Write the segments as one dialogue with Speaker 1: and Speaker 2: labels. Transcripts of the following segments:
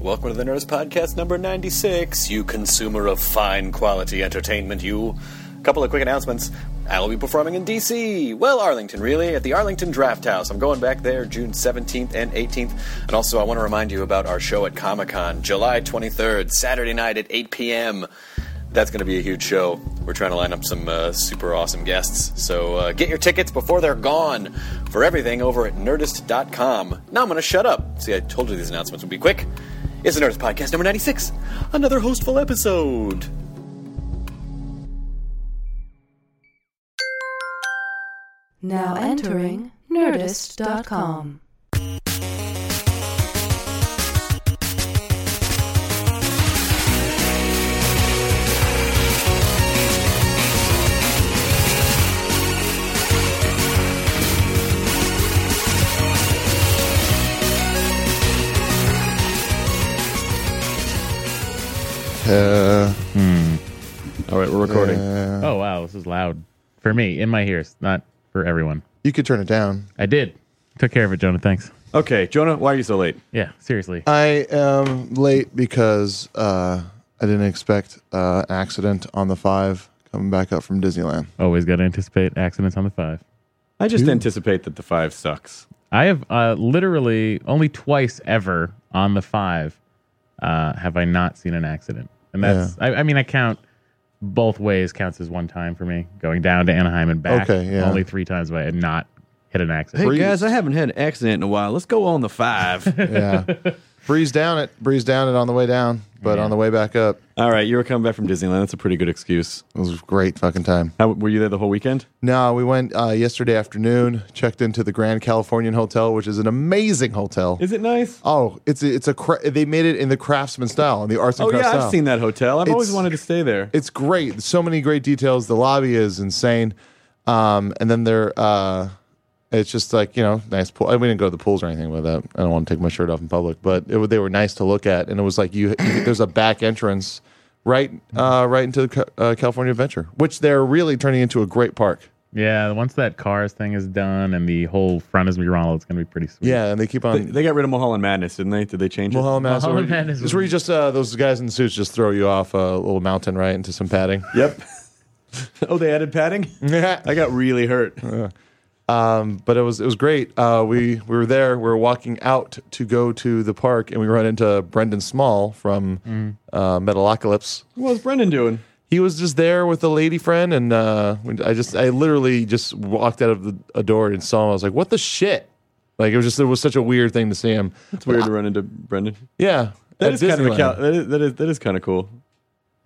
Speaker 1: Welcome to the Nerds Podcast number 96, you consumer of fine quality entertainment, you. A couple of quick announcements. I will be performing in DC. Well, Arlington, really, at the Arlington Draft House. I'm going back there June 17th and 18th. And also, I want to remind you about our show at Comic Con, July 23rd, Saturday night at 8 p.m. That's going to be a huge show. We're trying to line up some uh, super awesome guests. So uh, get your tickets before they're gone for everything over at nerdist.com. Now I'm going to shut up. See, I told you these announcements would be quick. It's the Nerds Podcast number 96, another hostful episode.
Speaker 2: Now entering Nerdist.com.
Speaker 3: Uh,
Speaker 4: All right, we're recording.
Speaker 3: uh,
Speaker 5: Oh wow, this is loud for me in my ears, not for everyone.
Speaker 3: you could turn it down.
Speaker 5: I did took care of it, Jonah. Thanks.
Speaker 4: okay, Jonah, why are you so late?
Speaker 5: Yeah, seriously.
Speaker 3: I am late because uh, I didn't expect uh, an accident on the five coming back up from Disneyland.
Speaker 5: Always got to anticipate accidents on the five.
Speaker 4: I just anticipate that the five sucks.
Speaker 5: I have uh, literally only twice ever on the five uh, have I not seen an accident, and that's I, I mean I count both ways counts as one time for me going down to Anaheim and back.
Speaker 3: Okay, yeah.
Speaker 5: Only three times have I had not hit an accident.
Speaker 4: Hey guys, I haven't had an accident in a while. Let's go on the five.
Speaker 3: Yeah, breeze down it, breeze down it on the way down, but on the way back up,
Speaker 4: All right, you were coming back from Disneyland. That's a pretty good excuse.
Speaker 3: it was a great fucking time.
Speaker 4: How, were you there the whole weekend?
Speaker 3: No, we went uh, yesterday afternoon, checked into the Grand Californian Hotel, which is an amazing hotel.
Speaker 4: Is it nice?
Speaker 3: Oh, it's a, it's a cra- they made it in the craftsman style, in the arts and
Speaker 4: Oh
Speaker 3: crafts
Speaker 4: yeah,
Speaker 3: style.
Speaker 4: I've seen that hotel. I've always
Speaker 3: It's-
Speaker 4: wanted to stay there.
Speaker 3: it's great. So many great details. The lobby is insane. Um, and then there, uh, it's just like you know, nice pool. I- We didn't go to the pools or anything with that. I don't want to take my shirt off in public, but it, wa- they were nice to look at. And it was like you, you there's a back entrance right, uh, right into the Ca- uh, California Adventure, which they're really turning into a great park.
Speaker 5: Yeah, once that cars thing is done and the whole front is McDonald's, it's gonna be pretty sweet.
Speaker 3: Yeah, and they keep on.
Speaker 4: They, they got rid of Mulholland Madness, didn't they? Did they change it?
Speaker 3: Mulholland Madness.
Speaker 5: Mulholland
Speaker 3: where you-
Speaker 5: Madness
Speaker 3: It's where you
Speaker 5: was-
Speaker 3: just uh, those guys in suits just throw you off a little mountain right into some padding.
Speaker 4: Yep. oh, they added padding.
Speaker 3: Yeah,
Speaker 4: I got really hurt.
Speaker 3: but it was it was great. Uh, we we were there. We were walking out to go to the park, and we run into Brendan Small from
Speaker 5: Mm.
Speaker 3: uh, Metalocalypse.
Speaker 4: What's Brendan doing?
Speaker 3: He was just there with a lady friend, and uh, when- I just I literally just walked out of the a door and saw him. I was like, "What the shit!" Like it was just it was such a weird thing to see him.
Speaker 4: It's weird to run into Brendan.
Speaker 3: Yeah,
Speaker 4: That
Speaker 3: at
Speaker 4: is kind of a
Speaker 3: Disneyland.
Speaker 4: Cal- that is that is, that is kind of cool.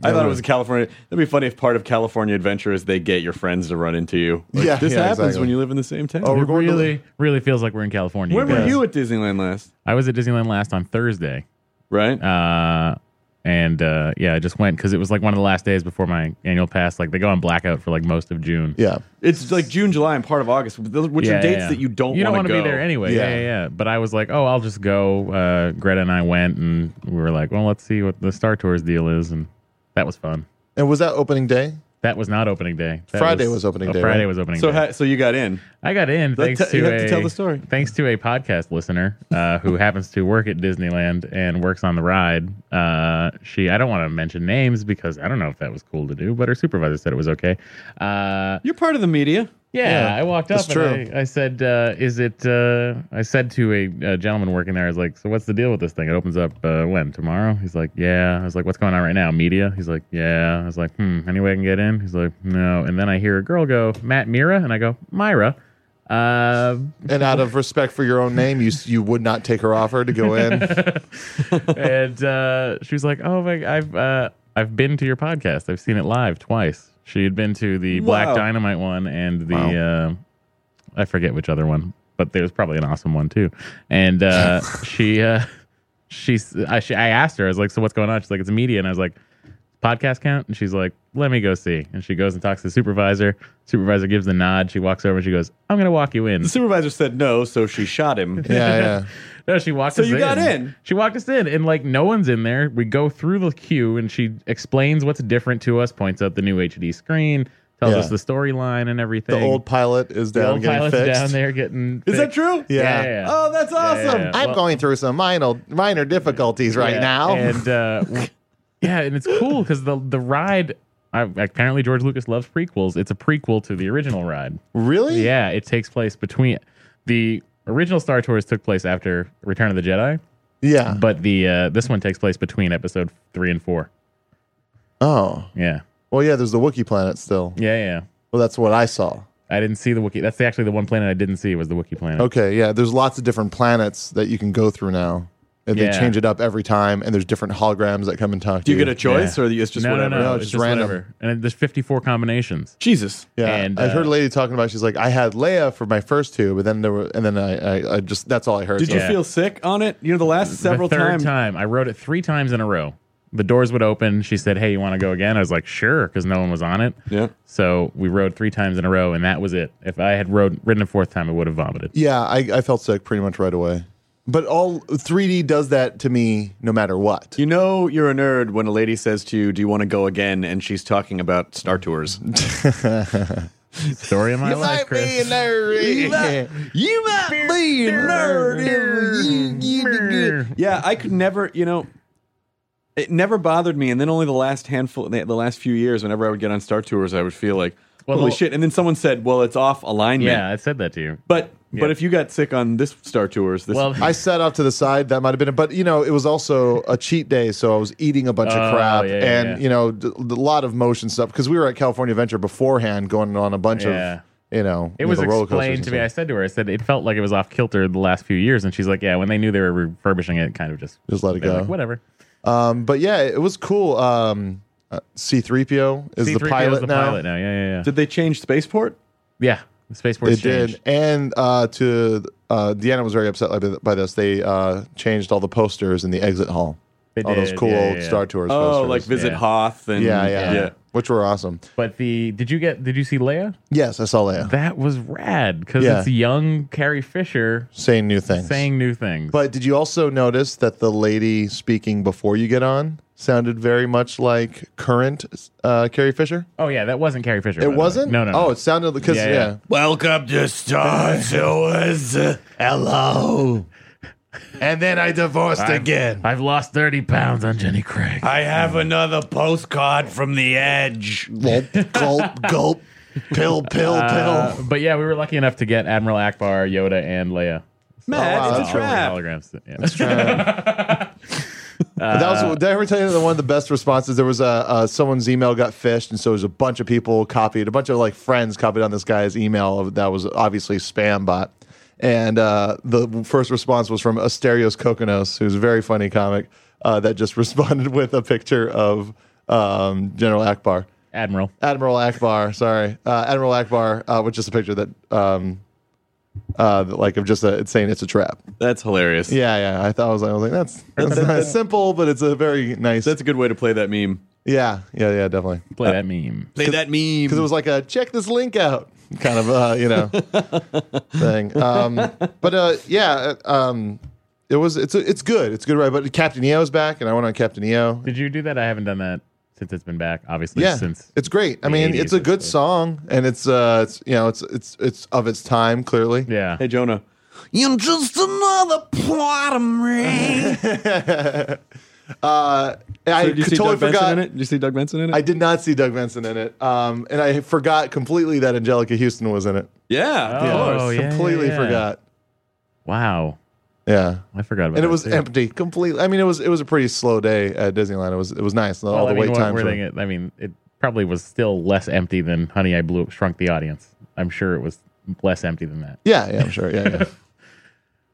Speaker 4: I thought it was a California. That'd be funny if part of California Adventure is they get your friends to run into you. Like,
Speaker 3: Yeah,
Speaker 4: this
Speaker 3: yeah,
Speaker 4: happens
Speaker 3: exactly.
Speaker 4: when you live in the same town.
Speaker 3: Oh, we're
Speaker 5: It
Speaker 3: going to-
Speaker 5: really, really feels like we're in California.
Speaker 4: when were
Speaker 5: guys.
Speaker 4: you at Disneyland last?
Speaker 5: I was at Disneyland last on Thursday.
Speaker 4: Right?
Speaker 5: uh, and uh, yeah, I just went because it was like one of the last days before my annual pass. Like they go on blackout for like most of June.
Speaker 3: yeah.
Speaker 4: it's like June, July, and part of August, those- which
Speaker 5: Yeah,
Speaker 4: are dates
Speaker 5: yeah.
Speaker 4: that you don't
Speaker 5: you don't
Speaker 4: want to
Speaker 5: wanna
Speaker 4: go.
Speaker 5: be there anyway.
Speaker 3: Yeah.
Speaker 5: Yeah. yeah, yeah. But I was like, oh, I'll just go. Uh, Greta and I went, and we were like, well, let's see what the Star Tours deal is, and that was fun.
Speaker 3: And was that opening day?
Speaker 5: That was not opening day. That
Speaker 3: Friday was opening
Speaker 5: oh,
Speaker 3: day,
Speaker 5: Friday
Speaker 3: right?
Speaker 5: was opening
Speaker 4: So
Speaker 5: day.
Speaker 4: ha- so you got in.
Speaker 5: I got in
Speaker 4: Let-
Speaker 5: thanks
Speaker 4: te-
Speaker 5: to
Speaker 4: you have
Speaker 5: a,
Speaker 4: to tell the story.
Speaker 5: Thanks to a podcast listener uh, who happens to work at Disneyland and works on the ride. Uh, she, I don't want to mention names because I don't know if that was cool to do, but her supervisor said it was okay. Uh,
Speaker 4: You're part of the media.
Speaker 5: yeah,
Speaker 3: Yeah,
Speaker 5: I walked
Speaker 3: that's
Speaker 5: up
Speaker 3: true.
Speaker 5: and I, I said, uh, "Is it?" Uh, I said to a, a gentleman working there, "I was like, so what's the deal with this thing? It opens up uh, when tomorrow?" He's like, "Yeah." I was like, "What's going on right now? Media?" He's like, "Yeah." I was like, "Hmm, any way I can get in?" He's like, "No." And then I hear a girl go, "Matt Mira," and I go, "Myra." Uh,
Speaker 3: And out of respect for your own name, you s- you would not take her offer to go in.
Speaker 5: and uh, she was like, "Oh my, I've uh, I've been to your podcast. I've seen it live twice." She had been to the
Speaker 4: Wow.
Speaker 5: Black Dynamite one and the uh, I forget which other one, but there's probably an awesome one too. And uh, she uh, she's I, she I asked her, I was like, "So what's going on?" She's like, "It's media," and I was like. Podcast count, and she's like, "Let me go see." And she goes and talks to the supervisor. Supervisor gives the nod. She walks over and she goes, "I'm gonna walk you in."
Speaker 4: The supervisor said no, so she shot him.
Speaker 3: Yeah, yeah.
Speaker 5: No, she walked
Speaker 4: So
Speaker 5: us in.
Speaker 4: you got in.
Speaker 5: She walked us in, and like no one's in there. We go through the queue, and she explains what's different to us, points out the new HD screen, tells
Speaker 3: Yeah.
Speaker 5: us the storyline and everything.
Speaker 3: The old pilot is
Speaker 5: The
Speaker 3: down
Speaker 5: old
Speaker 3: getting
Speaker 5: pilot's
Speaker 3: fixed.
Speaker 5: down there getting.
Speaker 4: Is that
Speaker 5: fixed.
Speaker 4: true?
Speaker 3: Yeah.
Speaker 5: Yeah. yeah, yeah.
Speaker 4: Oh, that's awesome.
Speaker 5: yeah, yeah.
Speaker 3: I'm
Speaker 5: Well-
Speaker 3: going through some minor minor difficulties right
Speaker 5: Yeah,
Speaker 3: now.
Speaker 5: And uh, yeah, and it's cool because the the ride. I, apparently, George Lucas loves prequels. It's a prequel to the original ride.
Speaker 3: really?
Speaker 5: Yeah, it takes place between the original Star Tours took place after Return of the Jedi,
Speaker 3: Yeah.
Speaker 5: but the uh, this one takes place between Episode three and four.
Speaker 3: Oh.
Speaker 5: Yeah.
Speaker 3: Well, yeah. There's the Wookiee planet still.
Speaker 5: Yeah, yeah.
Speaker 3: Well, that's what I saw.
Speaker 5: I didn't see the Wookiee. That's actually the one planet I didn't see was the Wookiee planet.
Speaker 3: Okay. Yeah. There's lots of different planets that you can go through now, and
Speaker 5: Yeah.
Speaker 3: they change it up every time. And there's different holograms that come and talk to
Speaker 4: Do
Speaker 3: you.
Speaker 4: you get a choice,
Speaker 5: Yeah.
Speaker 4: or it's just
Speaker 5: no,
Speaker 4: whatever?
Speaker 5: no, no,
Speaker 3: No,
Speaker 5: It's
Speaker 3: just
Speaker 5: just
Speaker 3: random.
Speaker 5: whatever. And there's 54 combinations.
Speaker 4: Jesus.
Speaker 3: Yeah,
Speaker 5: And,
Speaker 3: I heard
Speaker 5: uh,
Speaker 3: a lady talking about. She's like, I had Leia for my first two, but then there were, and then I, I, I just that's all I heard.
Speaker 4: Did
Speaker 3: So-
Speaker 4: you
Speaker 5: Yeah.
Speaker 4: feel sick on it? You know, the last several
Speaker 5: the third
Speaker 4: times.
Speaker 5: time. I wrote it three times in a row. The doors would open. She said, "Hey, you want to go again?" I was like, "Sure," because no one was on it.
Speaker 4: Yeah.
Speaker 5: So we rode three times in a row, and that was it. If I had rode ridden a fourth time, I would have vomited.
Speaker 3: Yeah, I, I felt sick pretty much right away. But all 3D does that to me, no matter what.
Speaker 4: You know you're a nerd when a lady says to you, "Do you want to go again?" and she's talking about Star Tours.
Speaker 5: Story of my life, Chris.
Speaker 3: nerd.
Speaker 4: you might be a nerd. yeah, I could never, you know, it never bothered me. And then only the last handful, the the last few years, whenever I would get on Star Tours, I would feel like,
Speaker 5: Well,
Speaker 4: holy
Speaker 5: the-
Speaker 4: shit. And then someone said, well, it's off alignment.
Speaker 5: yeah, I said that to you.
Speaker 4: But
Speaker 5: Yeah.
Speaker 4: but if you got sick on this Star Tours, this
Speaker 5: Well,
Speaker 3: I sat off to the side. That might have been it. But, you know, it was also a cheat day. So I was eating a bunch of
Speaker 5: Oh,
Speaker 3: crap
Speaker 5: yeah, yeah,
Speaker 3: and,
Speaker 5: yeah.
Speaker 3: you know, d- d- a lot of motion stuff because we were at California Adventure beforehand going on a bunch
Speaker 5: Yeah.
Speaker 3: of, you know,
Speaker 5: It
Speaker 3: you
Speaker 5: was
Speaker 3: know, the roller coasters
Speaker 5: explained
Speaker 3: and
Speaker 5: to me. I
Speaker 3: stuff.
Speaker 5: said to her, I said it felt like it was off kilter the last few years, and she's like, "Yeah, when they knew they were refurbishing it, kind of just
Speaker 3: Just let it
Speaker 5: they were
Speaker 3: go.
Speaker 5: like, whatever."
Speaker 3: Um, but yeah, it was cool. Um, uh, C3PO is the
Speaker 5: C-3PO
Speaker 3: pilot
Speaker 5: is the
Speaker 3: now.
Speaker 5: pilot now. Yeah, yeah, yeah.
Speaker 4: did they change spaceport?
Speaker 5: yeah, the spaceport's
Speaker 3: It did,
Speaker 5: changed.
Speaker 3: and uh, to uh, Deanna was very upset by, th- by this. They uh, changed all the posters in the exit hall,
Speaker 5: They
Speaker 3: all those
Speaker 5: did,
Speaker 3: cool
Speaker 5: yeah,
Speaker 3: old
Speaker 5: yeah, yeah.
Speaker 3: Star Tours.
Speaker 4: Oh,
Speaker 3: posters.
Speaker 4: like visit
Speaker 5: Yeah.
Speaker 4: Hoth and
Speaker 3: yeah, yeah,
Speaker 4: yeah.
Speaker 3: which were awesome.
Speaker 5: But the did you get did you see Leia?
Speaker 3: Yes, I saw Leia
Speaker 5: That was rad because
Speaker 3: Yeah.
Speaker 5: it's young Carrie Fisher
Speaker 3: saying new things.
Speaker 5: saying new things.
Speaker 3: but did you also notice that the lady speaking before you get on sounded very much like current uh, Carrie Fisher?
Speaker 5: oh yeah, that wasn't Carrie Fisher. by
Speaker 3: It
Speaker 5: the way.
Speaker 3: wasn't.
Speaker 5: No, no.
Speaker 3: Oh,
Speaker 5: no.
Speaker 3: it sounded because
Speaker 5: Yeah,
Speaker 3: yeah.
Speaker 5: yeah.
Speaker 3: Welcome to Star Tours. Hello. And then I divorced again.
Speaker 5: I've lost thirty pounds on Jenny Craig.
Speaker 6: I have another postcard from the edge.
Speaker 3: gulp, gulp, gulp, pill, pill,
Speaker 5: Uh,
Speaker 3: pill.
Speaker 5: but yeah, we were lucky enough to get Admiral Akbar, Yoda, and Leia.
Speaker 4: Matt,
Speaker 3: wow,
Speaker 4: it's
Speaker 3: that's
Speaker 4: a
Speaker 5: Oh,
Speaker 4: trap.
Speaker 5: holograms. Yeah.
Speaker 3: that was. Did I ever tell you that one of the best responses? There was a uh, someone's email got fished, and so there's a bunch of people copied, a bunch of like friends copied on this guy's email of- that was obviously spam bot. And uh, the first response was from Asterios Kokonos, who's a very funny comic uh, that just responded with a picture of um, General Akbar.
Speaker 5: Admiral.
Speaker 3: Admiral Akbar, sorry, uh, Admiral Akbar, uh, which is a picture that, um, uh, like of just a, it's saying it's a trap.
Speaker 4: That's hilarious.
Speaker 3: Yeah, yeah. I thought I was like, I was like, that's that's nice. simple, but it's a very nice.
Speaker 4: That's a good way to play that meme.
Speaker 3: yeah, yeah, yeah, definitely.
Speaker 5: Play that meme.
Speaker 4: Play that meme.
Speaker 3: Because it was like a check this link out kind of uh, you know thing. Um, but uh, yeah, uh, um, it was it's it's good. It's a good ride. But Captain EO's back, and I went on Captain EO.
Speaker 5: Did you do that? I haven't done that since it's been back. Obviously,
Speaker 3: yeah,
Speaker 5: since
Speaker 3: it's great. I
Speaker 5: the
Speaker 3: mean,
Speaker 5: 80s
Speaker 3: it's a
Speaker 5: or
Speaker 3: good
Speaker 5: so.
Speaker 3: song, and it's uh, it's you know, it's it's it's of its time clearly.
Speaker 5: yeah,
Speaker 4: Hey, Jonah. You're just another plot of me.
Speaker 3: Uh, I
Speaker 4: Did you see
Speaker 3: totally
Speaker 4: Doug Benson
Speaker 3: forgot.
Speaker 4: in it? Did you see Doug Benson in it?
Speaker 3: I did not see Doug Benson in it, um, and I forgot completely that Angelica Houston was in it.
Speaker 4: yeah, of
Speaker 5: Oh,
Speaker 4: course.
Speaker 5: yeah, yeah,
Speaker 3: completely
Speaker 5: yeah.
Speaker 3: forgot.
Speaker 5: wow,
Speaker 3: Yeah,
Speaker 5: I forgot
Speaker 3: and
Speaker 5: about. that
Speaker 3: it was
Speaker 5: too.
Speaker 3: empty completely. I mean, it was it was a pretty slow day at Disneyland. It was it was nice.
Speaker 5: Well,
Speaker 3: all
Speaker 5: I
Speaker 3: the
Speaker 5: mean,
Speaker 3: wait
Speaker 5: what
Speaker 3: time
Speaker 5: were
Speaker 3: for
Speaker 5: they gonna- I mean, it probably was still less empty than Honey, I Blew Shrunk the Audience. I'm sure it was less empty than that.
Speaker 3: yeah, yeah, I'm sure. Yeah, yeah.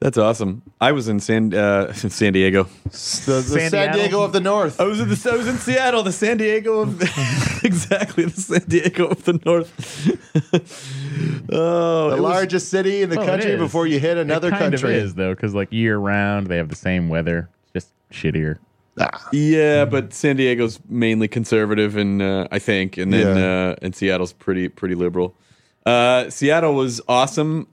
Speaker 4: That's awesome. I was in San uh, San Diego.
Speaker 3: the the
Speaker 5: San
Speaker 3: San,
Speaker 5: Diego?
Speaker 3: Diego of the North.
Speaker 4: I was in the I was in Seattle, the San Diego of exactly the San Diego of the North. oh,
Speaker 3: the
Speaker 4: it was-
Speaker 3: largest city in the
Speaker 5: Well, Oh, it
Speaker 3: country
Speaker 5: is.
Speaker 3: before you hit another
Speaker 5: it kind
Speaker 3: country.
Speaker 5: of is though, because like year round they have the same weather, It's just shittier.
Speaker 3: Ah.
Speaker 4: yeah,
Speaker 3: Mm-hmm.
Speaker 4: but San Diego's mainly conservative, and uh, I think, and then
Speaker 3: Yeah.
Speaker 4: uh, and Seattle's pretty pretty liberal. Uh, Seattle was awesome.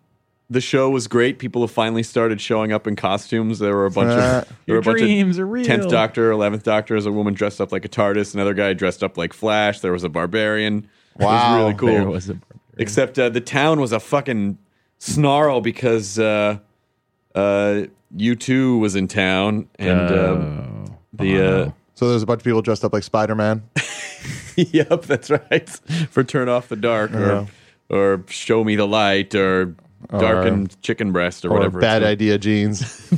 Speaker 4: The show was great. People have finally started showing up in costumes. There were a bunch
Speaker 3: Uh,
Speaker 4: of there were a bunch of
Speaker 5: dreams are real.
Speaker 4: Tenth Doctor, Eleventh Doctor is a woman dressed up like a TARDIS. Another guy dressed up like Flash. There was a barbarian.
Speaker 3: Wow.
Speaker 4: it was really
Speaker 5: There
Speaker 4: cool.
Speaker 5: was a-
Speaker 4: Except uh, the town was a fucking snarl because uh, uh, U two was in town, and um,
Speaker 5: Oh,
Speaker 4: the uh,
Speaker 3: So there's a bunch of people dressed up like Spider Man.
Speaker 4: yep, that's right, for turn off the dark or or show me the light or darkened chicken breast or,
Speaker 3: or
Speaker 4: whatever. it's
Speaker 3: bad
Speaker 4: called.
Speaker 3: idea jeans.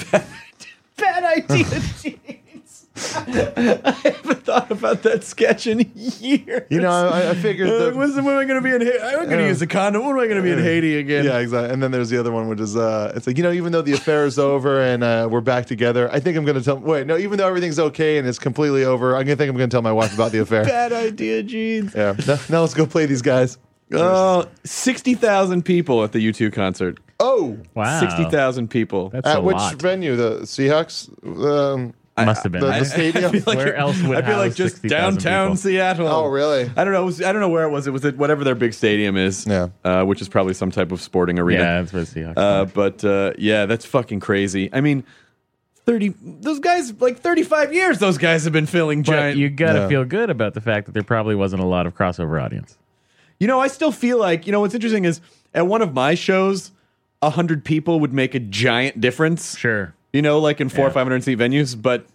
Speaker 4: bad idea, jeans. I haven't thought about that sketch in years.
Speaker 3: You know, I, I figured.
Speaker 4: Uh,
Speaker 3: The,
Speaker 4: when's the- when am I going to be in? Ha- I'm going to
Speaker 3: Yeah.
Speaker 4: use a condom. When am I going to be in Haiti again?
Speaker 3: yeah, exactly. And then there's the other one, which is uh, it's like you know, even though the affair is over and uh, we're back together, I think I'm gonna tell. Wait, no, even though everything's okay and it's completely over, I'm gonna think I'm gonna tell my wife about the affair.
Speaker 4: Bad idea, jeans.
Speaker 3: yeah. Now, now let's go play these guys. Uh,
Speaker 4: Oh, 60,000 people at the U2 concert.
Speaker 3: Oh,
Speaker 5: wow,
Speaker 4: 60,000 people.
Speaker 5: That's a
Speaker 3: at which
Speaker 5: lot.
Speaker 3: venue? The Seahawks. Um,
Speaker 5: Must have been.
Speaker 3: the, the stadium.
Speaker 5: Where else would
Speaker 4: I feel like
Speaker 5: house
Speaker 4: just
Speaker 5: 60,000
Speaker 4: downtown
Speaker 5: people?
Speaker 4: Seattle.
Speaker 3: Oh, really?
Speaker 4: I don't know. It was, I don't know where it was. It was at whatever their big stadium is,
Speaker 3: Yeah.
Speaker 4: uh, which is probably some type of sporting arena.
Speaker 5: yeah, that's where the Seahawks.
Speaker 4: Uh,
Speaker 5: are.
Speaker 4: but uh, yeah, that's fucking crazy. I mean, 30, those guys, like 35 years, those guys have been filling
Speaker 5: but
Speaker 4: giant.
Speaker 5: you gotta
Speaker 3: Yeah.
Speaker 5: feel good about the fact that there probably wasn't a lot of crossover audience.
Speaker 4: You know, I still feel like you know what's interesting is at one of my shows, a hundred people would make a giant difference.
Speaker 5: Sure.
Speaker 4: You know, like in four or
Speaker 5: Yeah.
Speaker 4: five hundred seat venues, but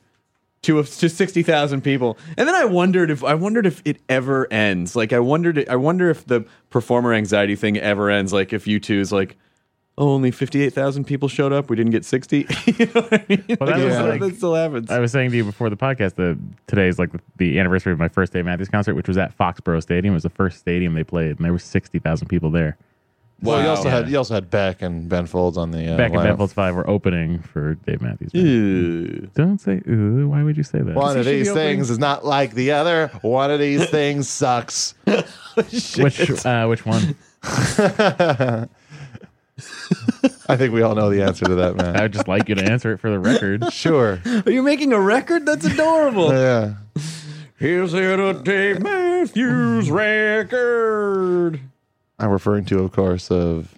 Speaker 4: to a, to sixty thousand people. And then I wondered if I wondered if it ever ends. Like I wondered, I wonder if the performer anxiety thing ever ends. Like if you two's like. Oh, only fifty-eight thousand people showed up. We didn't get sixty. you know what I mean?
Speaker 5: Well, that
Speaker 4: Like,
Speaker 5: was
Speaker 4: I wonder if
Speaker 5: like-
Speaker 4: that still happens.
Speaker 5: I was saying to you before the podcast that today is like the anniversary of my first Dave Matthews concert, which was at Foxborough Stadium. It was the first stadium they played, and there were sixty thousand people there.
Speaker 3: Well, you also
Speaker 4: Wow.
Speaker 3: had you also had Beck and Ben Folds on the uh,
Speaker 5: Back
Speaker 3: lineup.
Speaker 5: at Benfolds Five, were opening for Dave Matthews. Band.
Speaker 4: Oh, Ew.
Speaker 5: Don't say ooh. Why would you say that?
Speaker 3: One of
Speaker 4: should be
Speaker 3: these
Speaker 4: opening-
Speaker 3: things is not like the other. One of these things sucks.
Speaker 5: Which uh, which one?
Speaker 3: I think we all know the answer to that,
Speaker 5: I
Speaker 3: man.
Speaker 5: would just like you to answer it for the record.
Speaker 3: Sure.
Speaker 4: Are you making a record? That's adorable.
Speaker 3: Yeah.
Speaker 4: Here's it a Dave Matthews record.
Speaker 3: I'm referring to, of course, of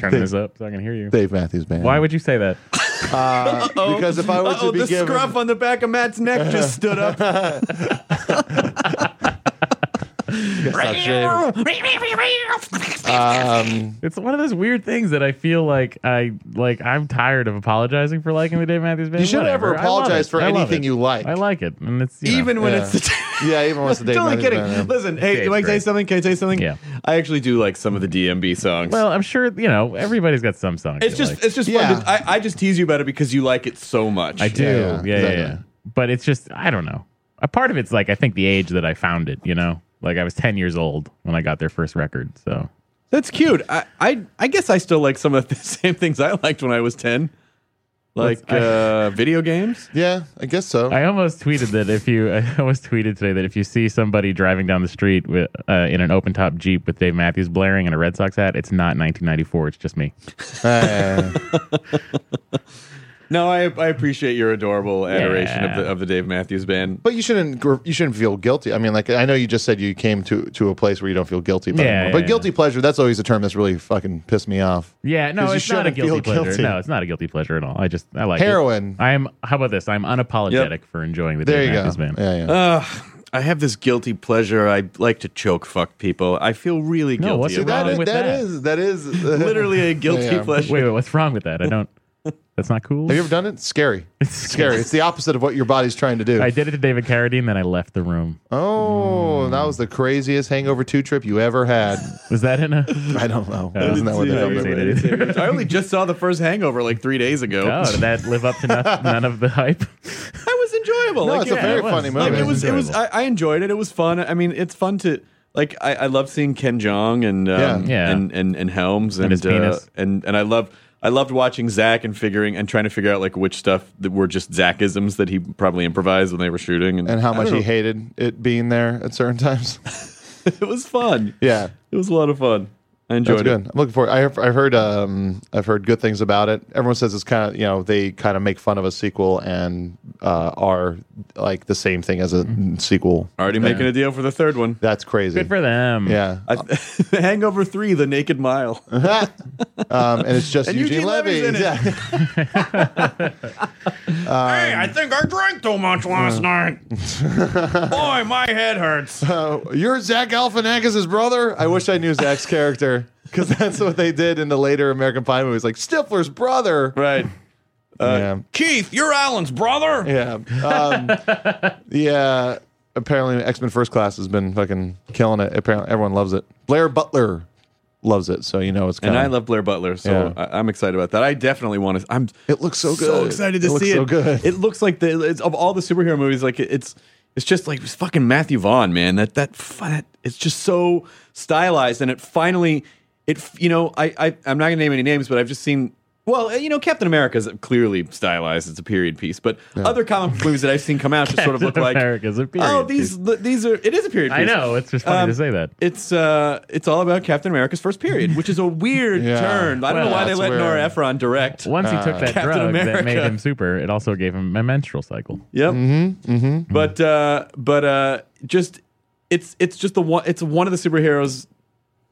Speaker 5: Turning this up so I can hear you.
Speaker 3: Dave Matthews Band.
Speaker 5: Why would you say that?
Speaker 3: Because if I were
Speaker 4: Oh,
Speaker 3: to be
Speaker 4: the
Speaker 3: given,
Speaker 4: scruff on the back of Matt's neck just stood up.
Speaker 3: um,
Speaker 5: It's one of those weird things that I feel like I like. I'm tired of apologizing for liking the Dave Matthews Band.
Speaker 3: You should
Speaker 5: Whatever.
Speaker 3: never
Speaker 5: I love
Speaker 3: apologize
Speaker 5: it.
Speaker 3: for
Speaker 5: I love
Speaker 3: anything
Speaker 5: it.
Speaker 3: you like.
Speaker 5: I like it, and it's you know,
Speaker 4: Even when
Speaker 3: Yeah.
Speaker 4: it's the.
Speaker 3: yeah, even with the Dave
Speaker 4: totally
Speaker 3: Matthews
Speaker 4: kidding.
Speaker 3: Band.
Speaker 4: Listen, hey,
Speaker 5: Dave's
Speaker 4: can I say
Speaker 5: great.
Speaker 4: something? Can I say something?
Speaker 5: Yeah.
Speaker 4: I actually do like some of the DMB songs.
Speaker 5: Well, I'm sure you know everybody's got some songs.
Speaker 4: it's
Speaker 5: they
Speaker 4: just,
Speaker 5: like.
Speaker 4: it's just
Speaker 3: Yeah.
Speaker 4: fun. To, I, I just tease you about it because you like it so much.
Speaker 5: I do, yeah,
Speaker 3: yeah,
Speaker 5: yeah, yeah,
Speaker 3: exactly.
Speaker 5: yeah. But it's just I don't know. A part of it's like I think the age that I found it. You know, like I was 10 years old when I got their first record. So
Speaker 4: That's cute. I, I, I guess I still like some of the same things I liked when I was 10, like
Speaker 5: Let's- I-
Speaker 4: uh, video games.
Speaker 3: yeah, I guess so.
Speaker 5: I almost tweeted that if you I almost tweeted today that if you see somebody driving down the street with uh, in an open top Jeep with Dave Matthews blaring and a Red Sox hat, it's not 1994. It's just me.
Speaker 3: Uh,
Speaker 4: No, I, I appreciate your adorable adoration of
Speaker 5: Yeah.
Speaker 4: the of the Dave Matthews Band.
Speaker 3: But you shouldn't gr- you shouldn't feel guilty. I mean, like I know you just said you came to to a place where you don't feel guilty about it
Speaker 5: Yeah,
Speaker 3: anymore.
Speaker 5: yeah,
Speaker 3: but
Speaker 5: yeah.
Speaker 3: guilty pleasure that's always a term that's really fucking pissed me off.
Speaker 5: Yeah, no,
Speaker 3: 'Cause you
Speaker 5: it's not a
Speaker 3: shouldn't feel
Speaker 5: guilty pleasure.
Speaker 3: guilty.
Speaker 5: No, it's not a guilty pleasure at all. I just I like it.
Speaker 3: Heroin.
Speaker 5: I'm how about this? I'm unapologetic
Speaker 4: Yep.
Speaker 5: for enjoying the
Speaker 3: There
Speaker 5: Dave
Speaker 3: you
Speaker 5: Matthews
Speaker 3: go.
Speaker 5: Band.
Speaker 3: Yeah, yeah.
Speaker 4: Uh, I have this guilty pleasure. I like to choke fuck people. I feel really
Speaker 5: No,
Speaker 4: guilty.
Speaker 5: what's
Speaker 4: about
Speaker 5: wrong
Speaker 3: that, is,
Speaker 5: with
Speaker 3: that
Speaker 5: that?
Speaker 3: is that is uh,
Speaker 4: it. Literally a guilty
Speaker 3: Yeah.
Speaker 4: pleasure.
Speaker 5: Wait, wait, what's wrong with that? I don't. That's not cool.
Speaker 3: Have you ever done it? Scary. It's scary. It's the opposite of what your body's trying to do.
Speaker 5: I did Mm. it to David Carradine, then I left the room.
Speaker 3: Oh, that was the craziest Hangover 2 trip you ever had.
Speaker 5: Was that in a?
Speaker 3: I don't know.
Speaker 5: Uh,
Speaker 3: Isn't that what
Speaker 5: I
Speaker 3: they
Speaker 5: didn't
Speaker 3: call
Speaker 5: see
Speaker 3: it?
Speaker 5: it.
Speaker 4: I only just saw the first Hangover like three days ago.
Speaker 5: Oh, did that live up to none, none of the hype?
Speaker 4: That was enjoyable.
Speaker 3: No,
Speaker 4: Like,
Speaker 3: it's a
Speaker 4: yeah,
Speaker 3: very
Speaker 4: it was.
Speaker 3: funny movie.
Speaker 4: Like, it was. It was. I,
Speaker 5: Enjoyable.
Speaker 4: I enjoyed it. It was fun. I mean, it's fun to like. I, I love seeing Ken Jong and um,
Speaker 3: Yeah.
Speaker 5: Yeah.
Speaker 4: and and and Helms and uh,
Speaker 5: his penis.
Speaker 4: and and I love. I loved watching Zach and figuring and trying to figure out like which stuff that were just Zachisms that he probably improvised when they were shooting and,
Speaker 3: And how
Speaker 4: I
Speaker 3: much
Speaker 4: don't
Speaker 3: he
Speaker 4: know.
Speaker 3: hated it being there at certain times.
Speaker 4: it was fun.
Speaker 3: Yeah.
Speaker 4: It was a lot of fun. I
Speaker 3: That's
Speaker 4: enjoyed
Speaker 3: good.
Speaker 4: it.
Speaker 3: I'm looking forward. I have, I've heard um, I've heard good things about it. Everyone says it's kind of you know they kind of make fun of a sequel and uh, are like the same thing as a
Speaker 4: Mm-hmm.
Speaker 3: sequel.
Speaker 4: Already making a deal for the third one.
Speaker 3: That's crazy.
Speaker 5: Good for them.
Speaker 3: yeah,
Speaker 4: I, Hangover three, The Naked Mile.
Speaker 3: um, and it's just
Speaker 4: And
Speaker 3: Eugene,
Speaker 4: Eugene
Speaker 3: Levy.
Speaker 4: Levy's in it.
Speaker 3: Yeah.
Speaker 6: hey, I think I drank too much last night. Boy, my head hurts.
Speaker 3: Uh, you're Zach Galifianakis' brother. I wish I knew Zach's character because that's what they did in the later American Pie movies, like Stifler's brother.
Speaker 4: right. Uh,
Speaker 3: yeah.
Speaker 6: Keith, you're Alan's brother.
Speaker 3: Yeah. Um, yeah. Apparently, X Men First Class has been fucking killing it. Apparently, everyone loves it. Blair Butler loves it, so you know it's.
Speaker 4: And
Speaker 3: coming.
Speaker 4: I love Blair Butler, so
Speaker 3: Yeah.
Speaker 4: I, I'm excited about that. I definitely want to. I'm.
Speaker 3: It looks so
Speaker 4: So
Speaker 3: good.
Speaker 4: excited to
Speaker 3: It looks
Speaker 4: see
Speaker 3: so
Speaker 4: it.
Speaker 3: good.
Speaker 4: It looks like the it's, of all the superhero movies, like it, it's it's just like it's fucking Matthew Vaughn, man. That that fu- that it's just so stylized, and it finally it f- you know I, I I'm not gonna name any names, but I've just seen. Well, you know, Captain America is clearly stylized; it's a period piece. But other comic book movies that I've seen come out just sort of look like,
Speaker 5: America's a period
Speaker 4: oh, these these are it is a period.
Speaker 5: I
Speaker 4: piece
Speaker 5: know. It's just funny
Speaker 4: Um,
Speaker 5: to say that.
Speaker 4: it's uh, it's all about Captain America's first period, which is a weird
Speaker 3: Yeah.
Speaker 4: turn. I don't know
Speaker 3: Well,
Speaker 4: why they
Speaker 3: that's
Speaker 4: let Nora
Speaker 3: weird.
Speaker 4: Ephron direct.
Speaker 5: Once he
Speaker 3: uh,
Speaker 5: took that
Speaker 4: Captain
Speaker 5: drug that made
Speaker 4: America.
Speaker 5: him super, it also gave him a menstrual cycle.
Speaker 4: Yep. Mm-hmm, mm-hmm. But uh, but uh, just it's it's just the one. It's one of the superheroes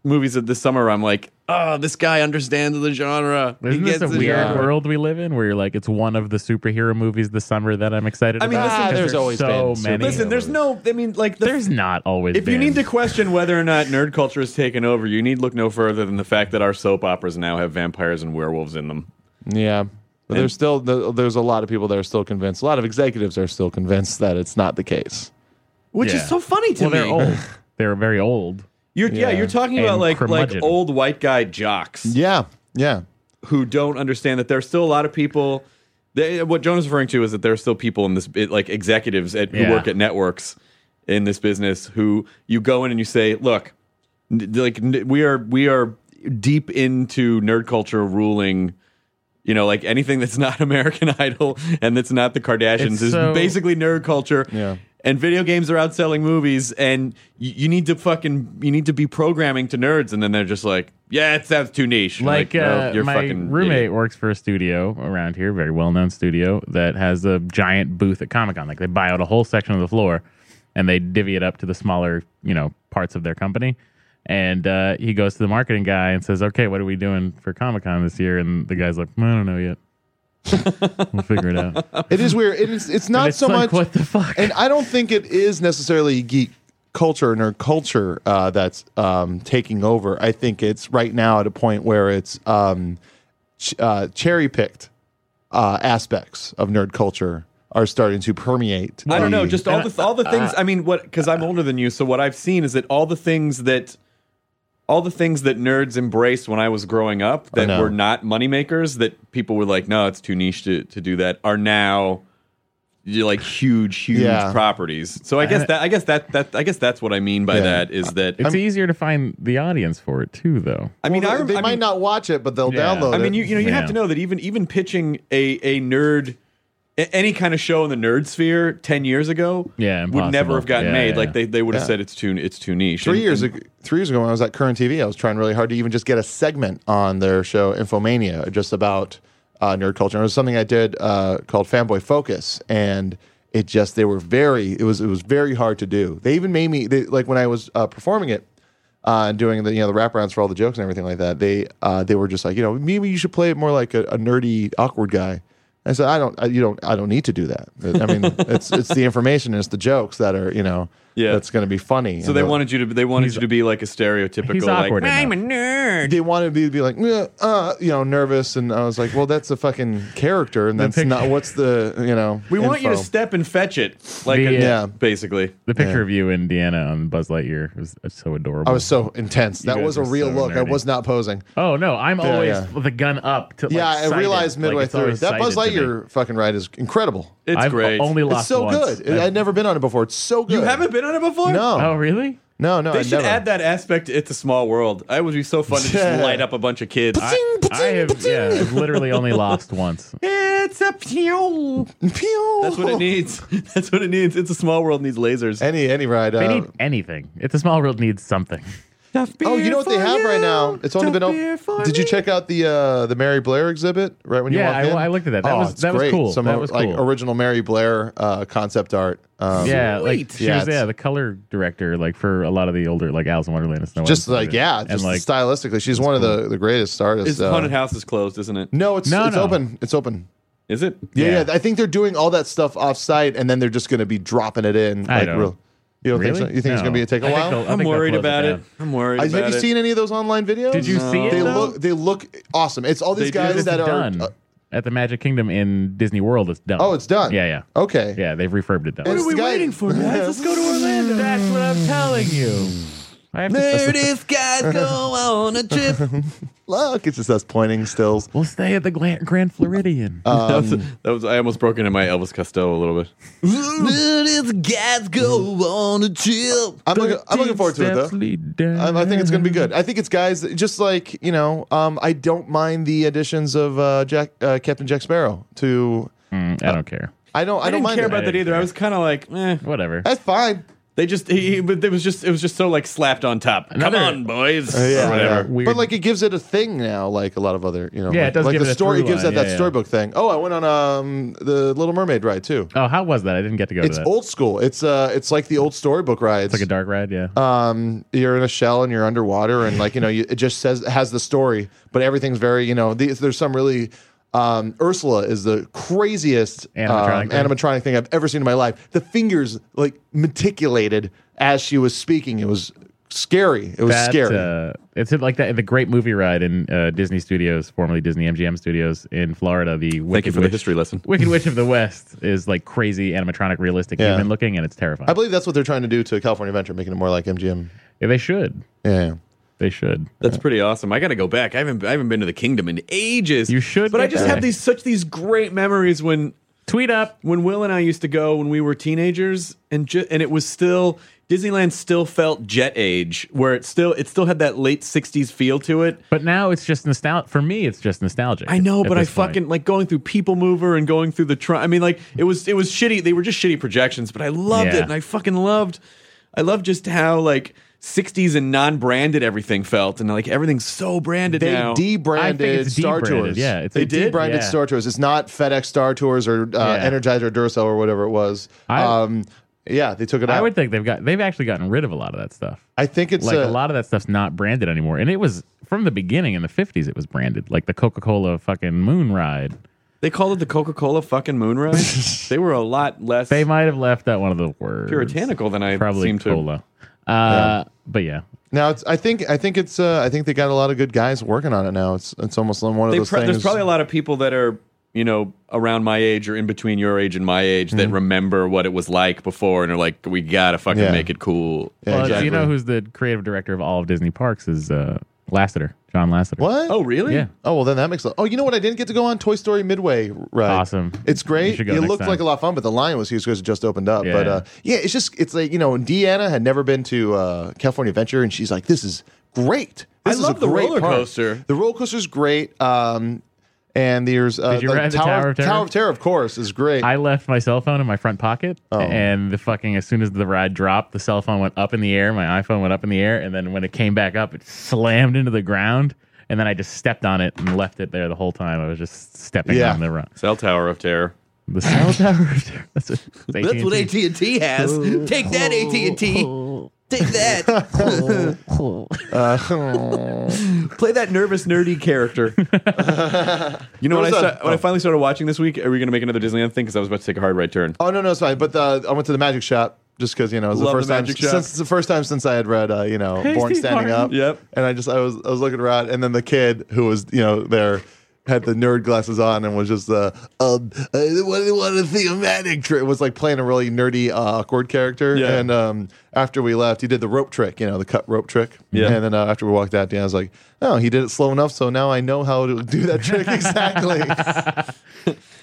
Speaker 4: movies of this summer. Where I'm like, oh, this guy understands the genre. He
Speaker 5: Isn't this
Speaker 4: gets
Speaker 5: a
Speaker 4: the
Speaker 5: weird
Speaker 4: genre."
Speaker 5: world we live in where you're like, it's one of the superhero movies this summer that I'm excited
Speaker 4: I mean,
Speaker 5: about?
Speaker 4: listen,
Speaker 5: because
Speaker 3: there's always
Speaker 5: so
Speaker 3: been
Speaker 5: many.
Speaker 4: Listen, there's no. I mean, like the
Speaker 5: There's not always
Speaker 4: If you
Speaker 5: been.
Speaker 4: need to question whether or not nerd culture has taken over, you need look no further than the fact that our soap operas now have vampires and werewolves in them.
Speaker 3: Yeah. But there's still th- there's a lot of people that are still convinced. A lot of executives are still convinced that it's not the case.
Speaker 4: Which
Speaker 5: Yeah.
Speaker 4: is so funny to
Speaker 5: Well,
Speaker 4: me.
Speaker 5: they're old. They're very old.
Speaker 4: You're, yeah.
Speaker 3: Yeah.
Speaker 4: you're talking
Speaker 5: And
Speaker 4: about like
Speaker 5: curmudgeon.
Speaker 4: like old white guy jocks
Speaker 3: Yeah, yeah,
Speaker 4: who don't understand that there's still a lot of people. They, what Jonah's referring to is that there are still people in this, bit- like executives at, who
Speaker 5: Yeah.
Speaker 4: work at networks in this business who you go in and you say, look, n- like n- we are we are deep into nerd culture ruling. You know, like anything that's not American Idol and that's not the Kardashians
Speaker 5: It's
Speaker 4: is
Speaker 5: so-
Speaker 4: basically nerd culture.
Speaker 3: Yeah.
Speaker 4: And video games are outselling movies, and you, you need to fucking you need to be programming to nerds, and then they're just like, yeah, it sounds too niche. You're
Speaker 5: like,
Speaker 4: "No,
Speaker 5: uh, my roommate
Speaker 4: idiot."
Speaker 5: works for a studio around here, very well known studio that has a giant booth at Comic Con. Like they buy out a whole section of the floor, and they divvy it up to the smaller, you know, parts of their company. And uh, he goes to the marketing guy and says, "Okay, what are we doing for Comic Con this year?" And the guy's like, "I don't know yet. we'll figure it out." And
Speaker 3: it is weird. It is, it's not
Speaker 5: it's
Speaker 3: so much.
Speaker 5: like, What the fuck?
Speaker 3: and I don't think it is necessarily geek culture or nerd culture uh, that's um, taking over. I think it's right now at a point where it's um, ch- uh, cherry picked uh, aspects of nerd culture are starting to permeate.
Speaker 4: I don't know.
Speaker 3: the-
Speaker 4: Just all the all the things. I mean, what? Because I'm older than you, so what I've seen is that all the things that all the things that nerds embraced when I was growing up that
Speaker 3: know.
Speaker 4: were not moneymakers that people were like, no, it's too niche to, to do that, are now you know, like huge, huge
Speaker 3: Yeah.
Speaker 4: properties. So I guess that I guess that that I guess that's what I mean by
Speaker 3: Yeah.
Speaker 4: that is that e,
Speaker 5: it's easier to find the audience for it too, though.
Speaker 4: I mean
Speaker 3: Well,
Speaker 4: I
Speaker 3: they,
Speaker 4: rem-
Speaker 3: they
Speaker 4: I
Speaker 3: might
Speaker 4: mean-
Speaker 3: not watch it, but they'll
Speaker 5: Yeah.
Speaker 3: download.
Speaker 4: I
Speaker 3: it.
Speaker 4: mean, you you know, you have
Speaker 5: Yeah.
Speaker 4: to know that even even pitching a a nerd a- any kind of show in the nerd sphere ten years ago,
Speaker 5: Yeah,
Speaker 4: would never
Speaker 5: impossible.
Speaker 4: have gotten
Speaker 5: Yeah,
Speaker 4: made.
Speaker 5: yeah.
Speaker 4: Like they, they would have
Speaker 3: Yeah.
Speaker 4: said it's too it's too niche.
Speaker 3: three
Speaker 4: And-
Speaker 3: years
Speaker 4: and-
Speaker 3: ago, three years ago when I was at Current TV, I was trying really hard to even just get a segment on their show Infomania, just about uh, nerd culture. And it was something I did uh, called Fanboy Focus, and it just they were very it was it was very hard to do. They even made me they, like when I was uh, performing it uh, and doing the you know the wraparounds for all the jokes and everything like that. They uh, they were just like you know maybe you should play it more like a, a nerdy awkward guy. I said I don't I, you don't I don't need to do that. I mean it's it's the information it's the jokes that are you know
Speaker 4: Yeah.
Speaker 3: that's going to be funny.
Speaker 4: So they wanted you to they wanted you to be like a stereotypical
Speaker 5: He's
Speaker 4: like
Speaker 5: awkward
Speaker 4: "Meh,
Speaker 5: enough.
Speaker 3: they wanted me to be like "Meh, uh, you know nervous and I was like well that's a fucking character and that's
Speaker 5: pic-
Speaker 3: not what's the you know
Speaker 4: We want you to
Speaker 3: info."
Speaker 4: step and fetch it, like
Speaker 5: The,
Speaker 4: a,
Speaker 3: Yeah. uh,
Speaker 4: basically.
Speaker 5: The picture of you and Deanna on Buzz Lightyear was so adorable.
Speaker 3: I was so intense. That
Speaker 5: guys
Speaker 3: was a
Speaker 5: are
Speaker 3: real
Speaker 5: so
Speaker 3: look. I
Speaker 5: nerdy.
Speaker 3: was not posing.
Speaker 5: oh no, I'm always
Speaker 3: yeah.
Speaker 5: with the gun up to. Like,
Speaker 3: yeah,
Speaker 5: sighted.
Speaker 3: I realized midway
Speaker 5: Like, it's
Speaker 3: through
Speaker 5: always
Speaker 3: that Buzz
Speaker 5: sighted to me.
Speaker 3: Lightyear fucking ride is incredible.
Speaker 4: It's
Speaker 5: I've
Speaker 4: great.
Speaker 5: only lost
Speaker 3: it's so
Speaker 5: once.
Speaker 3: good. I'd never been on it before. It's so good.
Speaker 4: you haven't been on it before?
Speaker 3: No,
Speaker 5: oh really?
Speaker 3: no, no.
Speaker 4: They
Speaker 3: I
Speaker 4: should
Speaker 3: never.
Speaker 4: add that aspect. to It's a small world. It would be so fun to just
Speaker 3: Yeah.
Speaker 4: light up a bunch of kids.
Speaker 3: Pting, pting,
Speaker 5: I have
Speaker 3: pting.
Speaker 5: yeah, I've literally only lost once.
Speaker 4: it's a pew.
Speaker 3: Pew.
Speaker 4: That's what it needs. That's what it needs. It's a small world needs lasers.
Speaker 3: Any any ride.
Speaker 5: They
Speaker 3: uh,
Speaker 5: need anything. It's a small world needs something.
Speaker 3: oh, you know what they have right now? It's only been. Op- Did you check out the uh, the Mary Blair exhibit right when
Speaker 5: Yeah,
Speaker 3: you walked
Speaker 5: I-
Speaker 3: in?
Speaker 5: I looked at that. That
Speaker 3: Oh,
Speaker 5: was-
Speaker 3: it's
Speaker 5: that was
Speaker 3: great.
Speaker 5: cool.
Speaker 3: Some
Speaker 5: That
Speaker 3: of,
Speaker 5: was
Speaker 3: like
Speaker 5: cool.
Speaker 3: original Mary Blair uh, concept art. Um,
Speaker 5: yeah, like she
Speaker 3: Yeah,
Speaker 5: was
Speaker 3: it's-
Speaker 5: yeah the color director like for a lot of the older like Alice in Wonderland and Snow White.
Speaker 3: Just
Speaker 5: and
Speaker 3: like
Speaker 5: stuff.
Speaker 3: yeah,
Speaker 5: and
Speaker 3: just
Speaker 5: like
Speaker 3: stylistically, she's one of the, the greatest artists.
Speaker 4: It's
Speaker 3: uh,
Speaker 4: haunted house is closed, isn't it?
Speaker 3: No, it's
Speaker 5: No,
Speaker 3: it's
Speaker 5: no.
Speaker 3: open. It's open.
Speaker 4: Is it?
Speaker 3: Yeah, yeah,
Speaker 5: Yeah.
Speaker 3: I think they're doing all that stuff off site, and then they're just going to be dropping it in.
Speaker 5: I don't-
Speaker 3: you don't
Speaker 5: really
Speaker 3: think so? You think it's
Speaker 5: No.
Speaker 3: going to be take a
Speaker 5: I think
Speaker 3: while?
Speaker 5: they'll- I
Speaker 4: I'm
Speaker 5: think they'll
Speaker 4: worried
Speaker 5: close
Speaker 4: about it.
Speaker 5: down.
Speaker 4: I'm worried.
Speaker 3: Uh,
Speaker 4: about
Speaker 3: Have you
Speaker 4: it.
Speaker 3: seen any of those online videos?
Speaker 5: Did you see it?
Speaker 3: They
Speaker 5: though?
Speaker 3: look they look awesome. It's all these
Speaker 4: They do.
Speaker 3: guys
Speaker 5: It's
Speaker 3: that are.
Speaker 5: done
Speaker 3: uh,
Speaker 5: at the Magic Kingdom in Disney World. It's done.
Speaker 3: oh, it's done.
Speaker 5: Yeah, yeah,
Speaker 3: Okay.
Speaker 5: yeah. They've refurbed it though.
Speaker 3: What are we
Speaker 4: waiting for, guys? Let's go to Orlando.
Speaker 5: That's what I'm telling you. I have to
Speaker 4: Nerdiest guys go on a trip.
Speaker 3: Look, it's just us pointing stills.
Speaker 5: We'll stay at the Gla- Grand Floridian.
Speaker 3: Uh,
Speaker 4: that, was, that was I almost broke into my Elvis Costello a little bit. Nerdiest guys go on a trip.
Speaker 3: I'm looking, I'm looking forward to it though. I, I think it's going to be good. I think it's guys that, just like you know. Um, I don't mind the additions of uh, Jack uh, Captain Jack Sparrow to.
Speaker 5: Mm, I don't care.
Speaker 3: I don't.
Speaker 4: I
Speaker 3: I, don't
Speaker 4: didn't
Speaker 3: mind
Speaker 4: care
Speaker 3: it.
Speaker 4: about that either. I was kind of like, eh.
Speaker 5: Whatever.
Speaker 3: That's fine.
Speaker 4: They just, he, he- but it was just, it was just so like slapped on top.
Speaker 5: Another-
Speaker 4: Come on, boys.
Speaker 3: Uh, yeah,
Speaker 4: or whatever.
Speaker 5: Weird.
Speaker 3: But like it gives it a thing now, like a lot of other, you know,
Speaker 5: Yeah, it
Speaker 3: like,
Speaker 5: does
Speaker 3: like
Speaker 5: give
Speaker 3: the
Speaker 5: it a
Speaker 3: story.
Speaker 5: through
Speaker 3: gives that
Speaker 5: line,
Speaker 3: that
Speaker 5: yeah, yeah.
Speaker 3: storybook thing. Oh, I went on um the Little Mermaid ride too.
Speaker 5: oh, how was that? I didn't get to go
Speaker 3: It's
Speaker 5: to that.
Speaker 3: old school. It's uh, it's like the old storybook rides.
Speaker 5: It's like a dark ride. Yeah.
Speaker 3: um, you're in a shell and you're underwater, and like you know, you, it just says has the story, but everything's very, you know, the, there's some really. Um, Ursula is the craziest
Speaker 5: Animatronic
Speaker 3: um,
Speaker 5: thing.
Speaker 3: animatronic thing I've ever seen in my life. The fingers like meticulated as she was speaking. It was scary. It was
Speaker 5: that,
Speaker 3: scary.
Speaker 5: Uh, it's like that the Great Movie Ride in uh, Disney Studios, formerly Disney MGM Studios in Florida. The Wicked
Speaker 4: Thank you for the
Speaker 5: Witch,
Speaker 4: history lesson.
Speaker 5: Wicked Witch of the West is like crazy animatronic, realistic,
Speaker 3: Yeah.
Speaker 5: human looking, and it's terrifying.
Speaker 3: I believe that's what they're trying to do to California Adventure, making it more like MGM.
Speaker 5: Yeah, they should.
Speaker 3: Yeah.
Speaker 5: They should.
Speaker 4: That's pretty awesome. I got to go back. I haven't I haven't been to the kingdom in ages.
Speaker 5: You should
Speaker 4: But I
Speaker 5: get
Speaker 4: just
Speaker 5: back.
Speaker 4: have these such these great memories when
Speaker 5: Tweet up.
Speaker 4: when Will and I used to go when we were teenagers and ju- and it was still Disneyland still felt jet age where it still it still had that late 60s feel to it.
Speaker 5: But now it's just nostalgic. For me, it's just nostalgic.
Speaker 4: I know,
Speaker 5: at
Speaker 4: but I
Speaker 5: this point.
Speaker 4: fucking like going through People Mover and going through the try. I mean, like it was it was shitty. They were just shitty projections, but I loved it,
Speaker 5: Yeah.
Speaker 4: and I fucking loved. I love just how like '60s and non-branded everything felt, and like everything's so branded
Speaker 3: They
Speaker 4: now.
Speaker 5: I think
Speaker 3: debranded
Speaker 5: it's
Speaker 3: Star
Speaker 5: debranded,
Speaker 3: Tours.
Speaker 5: yeah, it's-
Speaker 3: they
Speaker 5: They did?
Speaker 3: debranded
Speaker 5: Yeah.
Speaker 3: Star Tours. It's not FedEx Star Tours or uh,
Speaker 5: Yeah.
Speaker 3: Energizer Duracell or whatever it was.
Speaker 5: I-
Speaker 3: um, yeah, they took it out.
Speaker 5: I would think they've got they've actually gotten rid of a lot of that stuff.
Speaker 3: I think it's
Speaker 5: like
Speaker 3: a,
Speaker 5: a lot of that stuff's not branded anymore. And it was from the beginning in the fifties. It was branded like the Coca Cola fucking Moon Ride.
Speaker 4: They called it the Coca-Cola fucking Moonrise. they were a lot less
Speaker 5: They might have left out one of the words
Speaker 4: puritanical than I
Speaker 5: Probably
Speaker 4: seem to.
Speaker 5: cola. Uh, But yeah,
Speaker 3: Now it's, I think I think it's uh, I think they got a lot of good guys working on it now. It's it's almost one of
Speaker 4: They
Speaker 3: those
Speaker 4: pro-
Speaker 3: things.
Speaker 4: there's probably a lot of people that are you know around my age or in between your age and my age that remember what it was like before and are like, we gotta fucking
Speaker 3: Mm-hmm. Yeah.
Speaker 4: make it cool.
Speaker 3: Yeah,
Speaker 5: well,
Speaker 3: exactly.
Speaker 5: Uh, you know who's the creative director of all of Disney parks is uh, Lasseter, John Lasseter.
Speaker 3: what?
Speaker 4: Oh, really?
Speaker 5: Yeah.
Speaker 3: Oh well, then that makes. A, oh, you know what? I didn't get to go on Toy Story Midway ride.
Speaker 5: Awesome.
Speaker 3: It's
Speaker 5: You
Speaker 3: great.
Speaker 5: should go
Speaker 3: It
Speaker 5: next
Speaker 3: looked
Speaker 5: time.
Speaker 3: like a lot of fun, but the line was huge because it just opened up. But
Speaker 5: Yeah.
Speaker 3: uh, yeah, it's just it's like you know, Deanna had never been to uh, California Adventure, and she's like, "This is great.
Speaker 4: I
Speaker 3: This is
Speaker 4: love
Speaker 3: a
Speaker 4: the
Speaker 3: great
Speaker 4: roller
Speaker 3: park."
Speaker 4: coaster.
Speaker 3: The roller coaster's great. Um, and there's uh,
Speaker 5: Did you ride the Tower of Terror?
Speaker 3: Tower of Terror, of course, is great.
Speaker 5: I left my cell phone in my front pocket, and the fucking as soon as the ride dropped, the cell phone went up in the air. My iPhone went up in the air, and then when it came back up, it slammed into the ground. and then I just stepped on it and left it there the whole time. I was just stepping
Speaker 3: Yeah.
Speaker 5: on the run.
Speaker 4: Cell tower of terror.
Speaker 5: The cell tower. of terror. That's, what- it's
Speaker 7: That's what
Speaker 5: AT&T.
Speaker 7: AT&T has. Take that, AT&T. Take that.
Speaker 4: Play that nervous nerdy character. you know
Speaker 3: What
Speaker 4: when I
Speaker 3: was that?
Speaker 4: sta- when I finally started watching this week, are we going to make another Disneyland thing? Because I was about to take a hard right turn.
Speaker 3: Oh no, no, it's fine. But the, I went to the magic shop just because you know it was the
Speaker 4: Love the
Speaker 3: first time
Speaker 4: magic shop.
Speaker 3: since it's the first time since I had read uh, you know Born
Speaker 5: Steve
Speaker 3: Standing
Speaker 5: Martin.
Speaker 3: Up.
Speaker 4: Yep.
Speaker 3: And I just I was I was looking around, and then the kid who was you know there had the nerd glasses on and was just uh, um uh, what what a thematic trick was like playing a really nerdy uh, awkward character.
Speaker 4: Yeah.
Speaker 3: And um, after we left, he did the rope trick, you know, the cut rope trick.
Speaker 4: Yeah.
Speaker 3: And then uh, after we walked out, Dan was like, "Oh, he did it slow enough, so now I know how to do that trick exactly."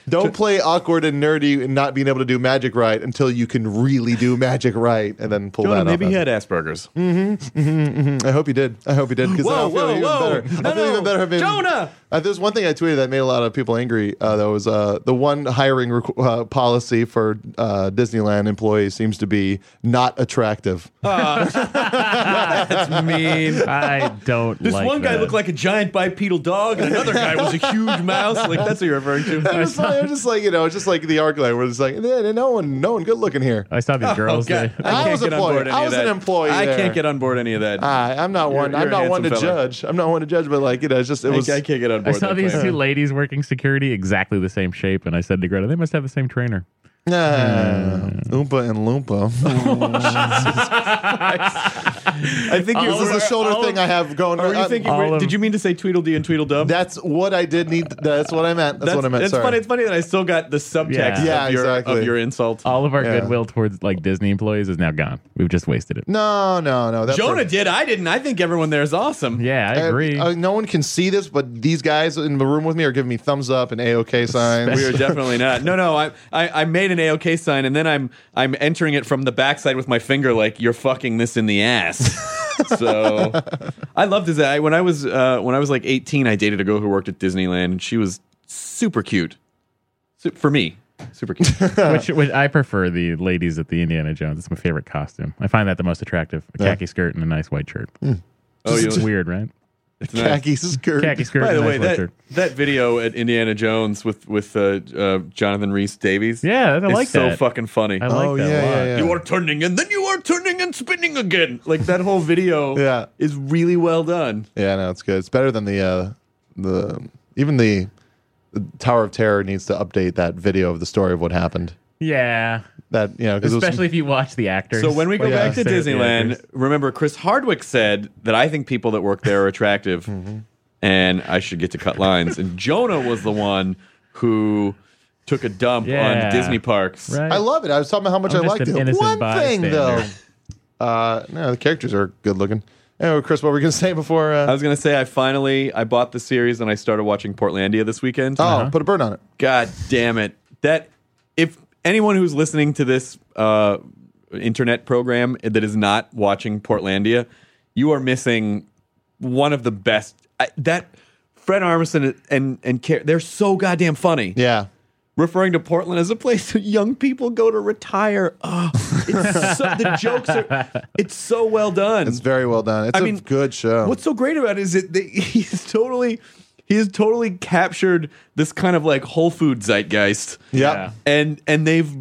Speaker 3: Don't play awkward and nerdy and not being able to do magic right until you can really do magic right and then pull
Speaker 4: Jonah,
Speaker 3: that
Speaker 4: maybe
Speaker 3: off.
Speaker 4: he had Asperger's.
Speaker 3: I hope he did. I hope he did because
Speaker 4: Whoa,
Speaker 3: I'll feel
Speaker 4: whoa,
Speaker 3: even
Speaker 4: whoa.
Speaker 3: better.
Speaker 4: No,
Speaker 3: I'll feel
Speaker 4: no.
Speaker 3: even better. If it-
Speaker 4: Jonah!
Speaker 3: Uh, there's one thing I tweeted that made a lot of people angry. Uh, that was uh, the one hiring requ- uh, policy for uh, Disneyland employees seems to be not attractive.
Speaker 4: Oh, That's mean.
Speaker 5: I don't.
Speaker 4: This
Speaker 5: like
Speaker 4: one guy
Speaker 5: that.
Speaker 4: looked like a giant bipedal dog, and another guy was a huge mouse. Like that's what you're referring
Speaker 3: I
Speaker 4: to.
Speaker 3: was like, I'm just like you know, just like the arc light where it's like eh, no one, no one good looking here.
Speaker 5: I saw these girls.
Speaker 4: Oh, God,
Speaker 5: that-
Speaker 3: I
Speaker 4: can't
Speaker 3: was
Speaker 4: get on board
Speaker 3: employed.
Speaker 4: any
Speaker 3: I
Speaker 4: of
Speaker 3: was an
Speaker 4: that.
Speaker 3: employee
Speaker 4: I
Speaker 3: there. Ah,
Speaker 4: can't get on board any of that.
Speaker 3: I, I'm not one.
Speaker 4: you're
Speaker 3: I'm
Speaker 4: a
Speaker 3: not one to
Speaker 4: handsome fella.
Speaker 3: judge. I'm not one to judge, but like you know, it's just it
Speaker 4: I,
Speaker 3: was.
Speaker 4: I can't get on
Speaker 5: I
Speaker 4: board.
Speaker 5: saw
Speaker 4: that
Speaker 5: these
Speaker 4: claim.
Speaker 5: two ladies working security, exactly the same shape, and I said to Greta, "They must have the same trainer."
Speaker 3: Nah. Oompa and Loompa.
Speaker 4: I think you're.
Speaker 3: this is the shoulder
Speaker 4: all-
Speaker 3: thing I have going.
Speaker 4: Are you
Speaker 3: I'm-
Speaker 4: thinking?
Speaker 5: all
Speaker 4: we're-
Speaker 5: of-
Speaker 4: Did you mean to say Tweedledee and Tweedledum?
Speaker 3: That's what I did need. That's what I meant. That's, what I meant.
Speaker 4: It's
Speaker 3: Sorry.
Speaker 4: funny. It's funny that I still got the subtext
Speaker 5: Yeah.
Speaker 4: of,
Speaker 3: Yeah,
Speaker 4: your,
Speaker 3: exactly. Uh,
Speaker 4: of your insult.
Speaker 5: All of our
Speaker 3: Yeah.
Speaker 5: goodwill towards like Disney employees is now gone. We've just wasted it.
Speaker 3: No, no, no. That
Speaker 4: Jonah
Speaker 3: person-
Speaker 4: did. I didn't. I think everyone there is awesome.
Speaker 5: Yeah, I
Speaker 3: Uh,
Speaker 5: agree.
Speaker 3: uh, no one can see this, but these guys in the room with me are giving me thumbs up and a okay signs.
Speaker 4: We are definitely not. No, no. I, I, I made an AOK sign, and then I'm I'm entering it from the backside with my finger, like you're fucking this in the ass. so I loved this. I, when I was uh, when I was like 18, I dated a girl who worked at Disneyland, and she was super cute. Su- for me, super cute.
Speaker 5: which, which I prefer the ladies at the Indiana Jones. It's my favorite costume. I find that the most attractive: a khaki skirt and a nice white shirt.
Speaker 4: oh, you,
Speaker 5: It's weird, right?
Speaker 4: it's nice.
Speaker 3: Khaki skirt.
Speaker 5: Khaki skirt.
Speaker 4: By
Speaker 5: and
Speaker 4: the
Speaker 5: a nice
Speaker 4: way,
Speaker 5: white
Speaker 4: that,
Speaker 5: shirt.
Speaker 4: that video at Indiana Jones with with uh, uh, Jonathan Reese Davies,
Speaker 5: Yeah, I
Speaker 4: is
Speaker 5: like
Speaker 4: so
Speaker 5: that.
Speaker 4: fucking funny.
Speaker 5: I like
Speaker 3: Oh,
Speaker 5: that
Speaker 3: yeah,
Speaker 5: a lot.
Speaker 3: yeah, yeah.
Speaker 4: You are turning and then you are turning and spinning again. Like that whole video
Speaker 3: Yeah.
Speaker 4: is really well done.
Speaker 3: Yeah, no, it's good. It's better than the uh, the even the Tower of Terror needs to update that video of the story of what happened.
Speaker 5: Yeah,
Speaker 3: That you know, because
Speaker 5: especially if you watch the actors.
Speaker 4: So when we go
Speaker 3: Yeah.
Speaker 4: back to
Speaker 5: Say it, the
Speaker 4: Disneyland,
Speaker 5: actors.
Speaker 4: remember Chris Hardwick said that I think people that work there are attractive
Speaker 3: Mm-hmm.
Speaker 4: and I should get to cut lines. and Jonah was the one who took a dump
Speaker 5: Yeah.
Speaker 4: on Disney parks.
Speaker 5: right?
Speaker 3: I love it. I was talking about how much I
Speaker 5: I'm just
Speaker 3: liked
Speaker 5: an
Speaker 3: it.
Speaker 5: innocent
Speaker 3: One thing
Speaker 5: bystander.
Speaker 3: though, uh, no, the characters are good looking. Anyway, Chris, what were we gonna say before? Uh,
Speaker 4: I was going to say I finally I bought the series and I started watching Portlandia this weekend.
Speaker 3: oh,
Speaker 5: Uh-huh.
Speaker 3: put a bird on it.
Speaker 4: God damn it. That if anyone who's listening to this uh, internet program that is not watching Portlandia, you are missing one of the best. I, that Fred Armisen and and Car- they're so goddamn funny.
Speaker 3: Yeah.
Speaker 4: Referring to Portland as a place that young people go to retire. Oh, it's so, the jokes are it's so well done.
Speaker 3: It's very well done. It's
Speaker 4: I
Speaker 3: a
Speaker 4: mean,
Speaker 3: good show.
Speaker 4: What's so great about it is that they, he's totally he has totally captured this kind of like Whole Food zeitgeist.
Speaker 3: Yep.
Speaker 5: Yeah.
Speaker 4: And and they've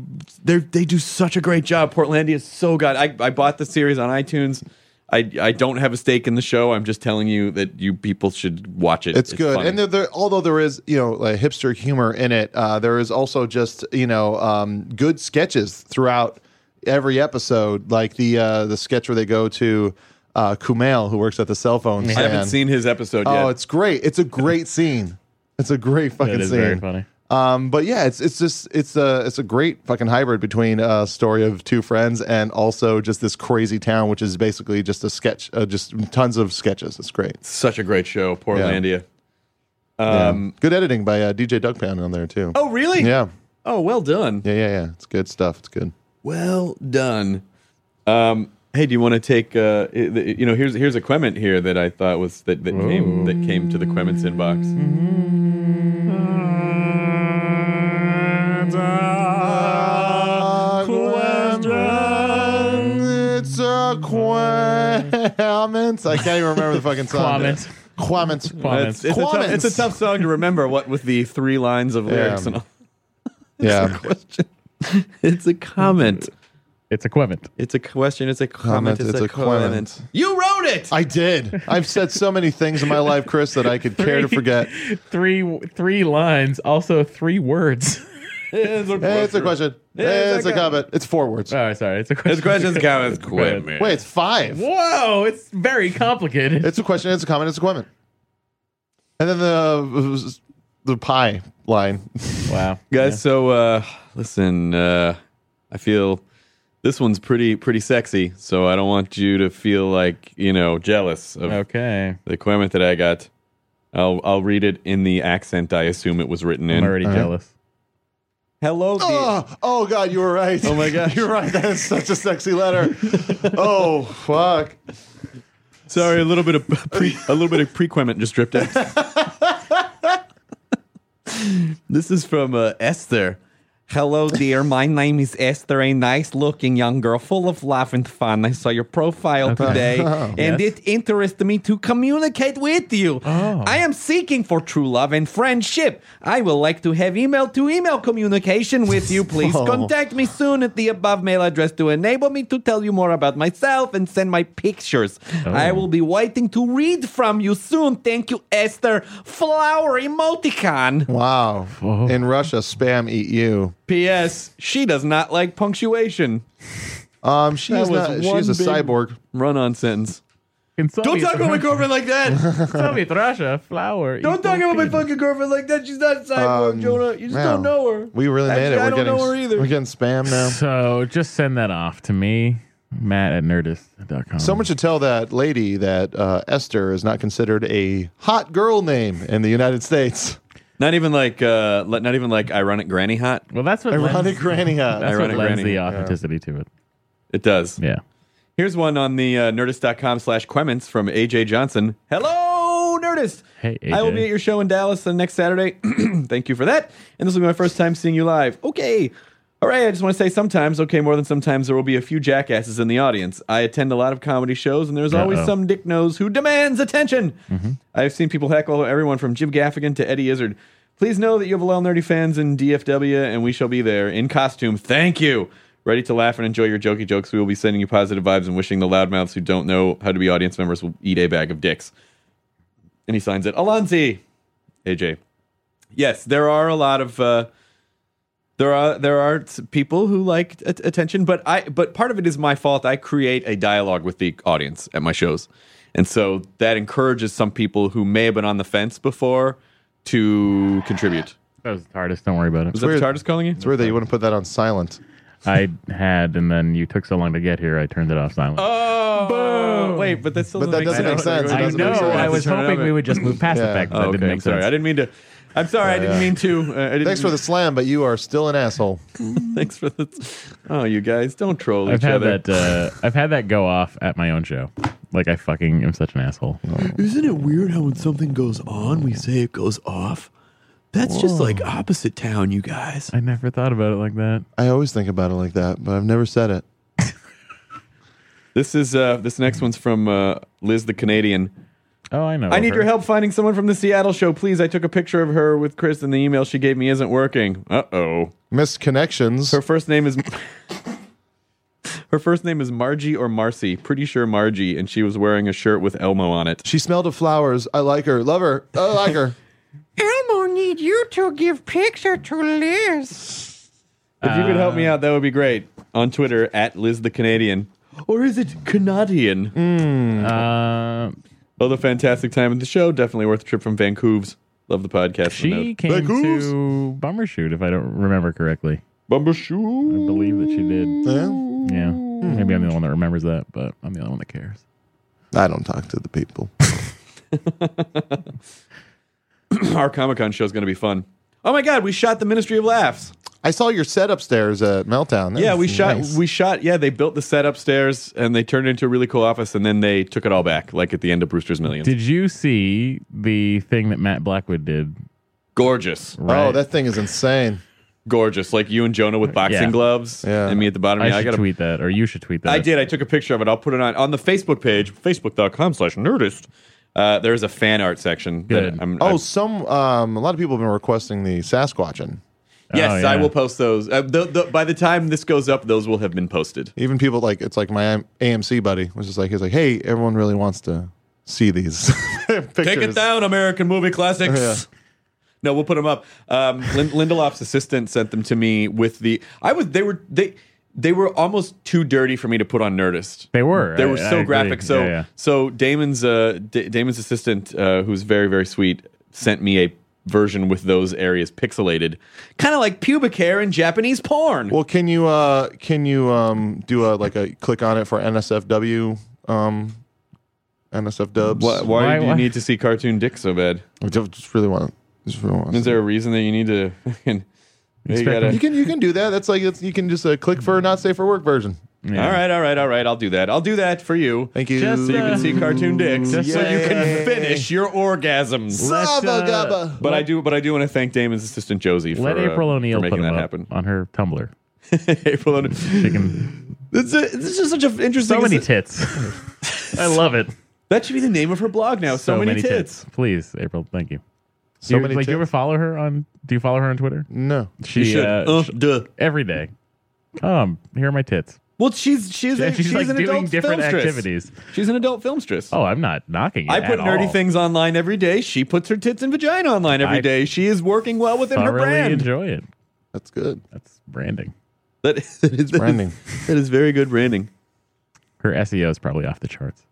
Speaker 4: they they do such a great job. Portlandia is so good. I, I bought the series on iTunes. I I don't have a stake in the show. I'm just telling you that you people should watch it.
Speaker 3: It's, good,
Speaker 4: funny.
Speaker 3: and there, there, although there is you know like hipster humor in it, uh, there is also just you know um, good sketches throughout every episode, like the uh, the sketch where they go to uh, Kumail, who works at the cell phone.
Speaker 4: I haven't
Speaker 3: stand.
Speaker 4: seen his episode yet.
Speaker 3: Oh, it's great! It's a great scene. It's a great fucking
Speaker 5: That is
Speaker 3: scene.
Speaker 5: very funny.
Speaker 3: Um, but yeah, it's it's just it's a it's a great fucking hybrid between a story of two friends and also just this crazy town, which is basically just a sketch, uh, just tons of sketches. It's great.
Speaker 4: such a great show, Portlandia.
Speaker 3: Yeah.
Speaker 4: Um,
Speaker 3: good editing by uh, DJ Duck Pound on there too.
Speaker 4: Oh really?
Speaker 3: Yeah.
Speaker 4: Oh, well done.
Speaker 3: Yeah, yeah, yeah. It's good stuff. It's good.
Speaker 4: Well done. Um, hey, do you want to take? Uh, i- the- you know, here's here's a Quement here that I thought was that that came that came to the Quement's
Speaker 3: Mm.
Speaker 4: inbox.
Speaker 3: It's a Quamens. I can't even remember the fucking song.
Speaker 5: Quamens.
Speaker 4: It's,
Speaker 3: Comments.
Speaker 4: it's, a tough, it's a tough song to remember. What with the three lines of lyrics and all.
Speaker 3: Yeah.
Speaker 4: Question. It's a comment.
Speaker 5: It's equivalent.
Speaker 4: It's a question. It's a comment.
Speaker 3: Comment, it's a comment.
Speaker 7: You wrote it.
Speaker 3: I did. I've said so many things in my life, Chris, that I could care to forget.
Speaker 5: Three three lines, also three words.
Speaker 4: It's a
Speaker 3: Hey, it's a question. Hey, it's a comment. It's four words.
Speaker 5: Oh, sorry, it's a question.
Speaker 4: It's questions, comments,
Speaker 5: Quit.
Speaker 4: equipment.
Speaker 3: Wait, it's five.
Speaker 5: Whoa, it's very complicated.
Speaker 3: It's a question. It's a comment. It's a comment. And then the the pie line.
Speaker 5: wow,
Speaker 4: guys. So uh, listen, uh, I feel this one's pretty pretty sexy. So I don't want you to feel like you know jealous of
Speaker 5: Yeah. Okay,
Speaker 4: the comment that I got. I'll I'll read it in the accent I assume it was written
Speaker 5: I'm
Speaker 4: in.
Speaker 5: already
Speaker 4: Hello. the-
Speaker 5: jealous.
Speaker 3: Oh, oh God, you were right.
Speaker 4: Oh my gosh.
Speaker 3: you're right. That is such a sexy letter. oh fuck.
Speaker 4: Sorry, a little bit of pre, a little bit of prequement just dripped out. this is from uh, Esther. Hello, dear. My name is Esther, a nice-looking young girl full of laugh and fun. I saw your profile today, and
Speaker 5: Yes.
Speaker 4: it interested me to communicate with you.
Speaker 5: Oh.
Speaker 4: I am seeking for true love and friendship. I will like to have email-to-email communication with you. Please
Speaker 3: Oh.
Speaker 4: contact me soon at the above mail address to enable me to tell you more about myself and send my pictures. I will be waiting to read from you soon. Thank you, Esther. Flower emoticon.
Speaker 3: Wow. In Russia, spam eat you.
Speaker 4: P.S. She does not like punctuation.
Speaker 3: Um, she
Speaker 4: That
Speaker 3: is
Speaker 4: was
Speaker 3: not.
Speaker 4: one
Speaker 3: She's a
Speaker 4: big-
Speaker 3: cyborg.
Speaker 4: Run on sentence.
Speaker 5: Don't
Speaker 4: girlfriend like that.
Speaker 5: Soviet Russia flower.
Speaker 4: fucking girlfriend like that. She's not a cyborg,
Speaker 3: Um, wow. We really
Speaker 4: Actually,
Speaker 3: made it. We're
Speaker 4: I don't
Speaker 3: getting,
Speaker 4: know her either.
Speaker 3: We're getting spam now.
Speaker 5: So just send that off to me, Matt at Nerdist.com.
Speaker 3: Someone should tell that lady that uh, Esther is not considered a hot girl name in the United States.
Speaker 4: Not even like, uh, le- not even like ironic granny hot.
Speaker 5: Well, that's what
Speaker 3: Ironic
Speaker 5: lends,
Speaker 3: granny hot.
Speaker 5: that's what
Speaker 4: Ironic
Speaker 5: lends
Speaker 4: granny,
Speaker 5: the
Speaker 4: yeah.
Speaker 5: authenticity to it.
Speaker 4: It does.
Speaker 5: Yeah.
Speaker 4: Here's one on the uh, nerdist.com slash Quemens from AJ Johnson. Hello, Nerdist.
Speaker 5: Hey,
Speaker 4: I will
Speaker 5: AJ.
Speaker 4: be at your show in Dallas on next Saturday. Thank you for that. And this will be my first time seeing you live. Okay. All right. I just want to say sometimes, okay, more than sometimes, there will be a few jackasses in the audience. I attend a lot of comedy shows, and there's always
Speaker 5: Uh-oh.
Speaker 4: some dick nose who demands attention. I've seen people heckle everyone from Jim Gaffigan to Eddie Izzard. Please know that you have a lot of nerdy fans in DFW, and we shall be there in costume. Thank you. Ready to laugh and enjoy your jokey jokes. We will be sending you positive vibes and wishing the loudmouths who don't know how to be audience members will eat a bag of dicks. And he signs it, Alonzi, AJ. Yes, there are a lot of uh, there are there are t- people who like at- attention, but I but part of it is my fault. I create a dialogue with the audience at my shows, and so that encourages some people who may have been on the fence before to contribute.
Speaker 5: That was the hardest. Don't worry about it.
Speaker 4: Was that the
Speaker 3: weird.
Speaker 4: TARDIS calling you?
Speaker 3: It's weird that you wouldn't put that on silent.
Speaker 5: I had, and then you took so long to get here, I turned it off silent.
Speaker 4: Oh, wait, but that still
Speaker 3: But that doesn't make sense. It
Speaker 5: I
Speaker 3: doesn't make
Speaker 5: know.
Speaker 3: sense.
Speaker 5: I was
Speaker 4: Turn it
Speaker 5: hoping
Speaker 4: up.
Speaker 5: we would just move past the
Speaker 3: Yeah.
Speaker 5: fact that
Speaker 4: Oh,
Speaker 5: it
Speaker 4: okay,
Speaker 5: didn't
Speaker 4: I'm
Speaker 5: make
Speaker 4: sorry. I
Speaker 5: sense.
Speaker 4: didn't mean to. I'm sorry. I didn't
Speaker 3: yeah.
Speaker 4: mean to. Uh, I didn't
Speaker 3: Thanks for the slam, but you are still an asshole.
Speaker 4: Thanks for the. Oh, you guys don't troll
Speaker 5: I've
Speaker 4: each
Speaker 5: had
Speaker 4: other.
Speaker 5: that. Uh, I've had that go off at my own show. Like I fucking am such an asshole.
Speaker 7: Isn't it weird how when something goes on, we say it goes off? That's just like opposite town, you guys.
Speaker 5: I never thought about it like that.
Speaker 3: I always think about it like that, but I've never said it.
Speaker 4: This is uh, this next one's from uh, Liz the Canadian.
Speaker 5: Oh, I know.
Speaker 4: I need
Speaker 5: her.
Speaker 4: your help finding someone from the Seattle show, please. I took a picture of her with Chris, and the email she gave me isn't working. Uh oh.
Speaker 3: Missed connections.
Speaker 4: Her first name is. Her first name is Margie or Marcy. Pretty sure Margie, and she was wearing a shirt with Elmo on it.
Speaker 3: She smelled of flowers. I like her. Love her. I like her.
Speaker 7: Elmo need you to give picture to Liz.
Speaker 4: If you could help me out, that would be great. On Twitter at Liz the Canadian, or is it Canadian?
Speaker 7: Mm.
Speaker 5: Uh,
Speaker 4: Another fantastic time at the show. Definitely worth a trip from Vancouver's. Love the podcast.
Speaker 5: she came
Speaker 3: Like who's-
Speaker 5: to Bummer Shoot, if I don't remember correctly. I
Speaker 4: Bumbershoe.
Speaker 5: believe that she did.
Speaker 3: Yeah.
Speaker 5: Yeah. Maybe I'm the only one that remembers that, but I'm the only one that cares.
Speaker 3: I don't talk to the people.
Speaker 4: Our Comic Con show is going to be fun. Oh my God, we shot the Ministry of Laughs.
Speaker 3: I saw your set upstairs at Meltdown. That
Speaker 4: Yeah,
Speaker 3: was
Speaker 4: we shot.
Speaker 3: nice.
Speaker 4: We shot. Yeah, they built the set upstairs and they turned it into a really cool office, and then they took it all back, like at the end of Brewster's Millions.
Speaker 5: Did you see the thing that Matt Blackwood did?
Speaker 4: gorgeous,
Speaker 5: Right.
Speaker 3: Oh, that thing is insane.
Speaker 4: gorgeous. Like you and Jonah with boxing
Speaker 5: Yeah.
Speaker 4: gloves,
Speaker 3: Yeah.
Speaker 4: and me at the bottom.
Speaker 5: I
Speaker 4: Yeah, I,
Speaker 5: should
Speaker 4: got
Speaker 5: tweet that, or you should tweet that.
Speaker 4: I did. I took a picture of it. I'll put it on on the Facebook page, facebook.com/nerdist. Uh, there's a fan art section.
Speaker 5: Good.
Speaker 4: That I'm,
Speaker 3: Oh,
Speaker 4: I'm-
Speaker 3: some um, a lot of people have been requesting the Sasquatchin.
Speaker 4: yes,
Speaker 5: Oh, yeah.
Speaker 4: I will post those. Uh, th- th- by the time this goes up, those will have been posted.
Speaker 3: Even people like it's like my AM- AMC buddy was just like he's like, hey, everyone really wants to see these pictures.
Speaker 4: Take it down, American movie classics.
Speaker 3: Yeah.
Speaker 4: No, we'll put them up. Um, Lin- Lindelof's assistant sent them to me with the. I was. They were. They. They were almost too dirty for me to put on Nerdist.
Speaker 5: They were.
Speaker 4: They
Speaker 5: I-
Speaker 4: were
Speaker 5: I
Speaker 4: so
Speaker 5: agree.
Speaker 4: graphic. So
Speaker 5: Yeah, yeah.
Speaker 4: so Damon's uh, D- Damon's assistant, uh, who's very very sweet, sent me a version with those areas pixelated, kind of like pubic hair in Japanese porn.
Speaker 3: Well, can you uh, can you um, do a like a click on it for NSFW um, NSF dubs?
Speaker 4: why, why,
Speaker 5: Why-
Speaker 4: do you
Speaker 5: why-
Speaker 4: need to see cartoon dick so bad?
Speaker 3: I ju- just really want. Just really want
Speaker 4: Is there a reason that you need to? you
Speaker 5: Expect
Speaker 4: gotta,
Speaker 3: you can you can do that. That's like it's, you can just uh, click for not safe for work version.
Speaker 5: Yeah.
Speaker 4: All right, all right, all right. I'll do that. I'll do that for you.
Speaker 3: Thank you.
Speaker 5: Just,
Speaker 4: so you can see cartoon dicks, so
Speaker 5: Just
Speaker 4: you can
Speaker 3: yay.
Speaker 4: finish your orgasms.
Speaker 5: Let,
Speaker 3: Zaba
Speaker 5: uh,
Speaker 3: gaba.
Speaker 4: But I do, but I do want to thank Damon's assistant Josie for,
Speaker 5: Let
Speaker 4: uh,
Speaker 5: April
Speaker 4: for
Speaker 5: O'Neil put
Speaker 4: making
Speaker 5: them
Speaker 4: that
Speaker 5: up
Speaker 4: happen.
Speaker 5: on her Tumblr.
Speaker 4: April O'Neil,
Speaker 5: She can
Speaker 4: this is this is such an interesting.
Speaker 5: so many
Speaker 4: it's-
Speaker 5: tits. I love it.
Speaker 4: that should be the name of her blog now. So, many, tits.
Speaker 5: Please, April. Thank you.
Speaker 3: So
Speaker 5: you,
Speaker 3: many
Speaker 5: like, do you ever
Speaker 3: tits.
Speaker 5: follow her on? Do you follow her on Twitter?
Speaker 3: No.
Speaker 5: She
Speaker 4: You should.
Speaker 5: uh,
Speaker 4: Uh,
Speaker 5: sh-
Speaker 4: duh.
Speaker 5: every day. Come, here are my tits.
Speaker 4: Well, she's she's
Speaker 5: Yeah,
Speaker 4: a,
Speaker 5: she's,
Speaker 4: she's,
Speaker 5: like
Speaker 4: an
Speaker 5: doing
Speaker 4: adult
Speaker 5: different
Speaker 4: filmstress.
Speaker 5: activities.
Speaker 4: She's an adult filmstress.
Speaker 5: Oh, I'm not knocking it.
Speaker 4: I put
Speaker 5: at
Speaker 4: nerdy
Speaker 5: all.
Speaker 4: things online every day. She puts her tits and vagina online every
Speaker 5: I
Speaker 4: day. She is working well within her
Speaker 5: Thoroughly
Speaker 4: brand.
Speaker 5: enjoy it.
Speaker 3: That's good.
Speaker 5: That's branding.
Speaker 4: that is, that is
Speaker 3: branding.
Speaker 4: That is very good branding.
Speaker 5: Her SEO is probably off the charts.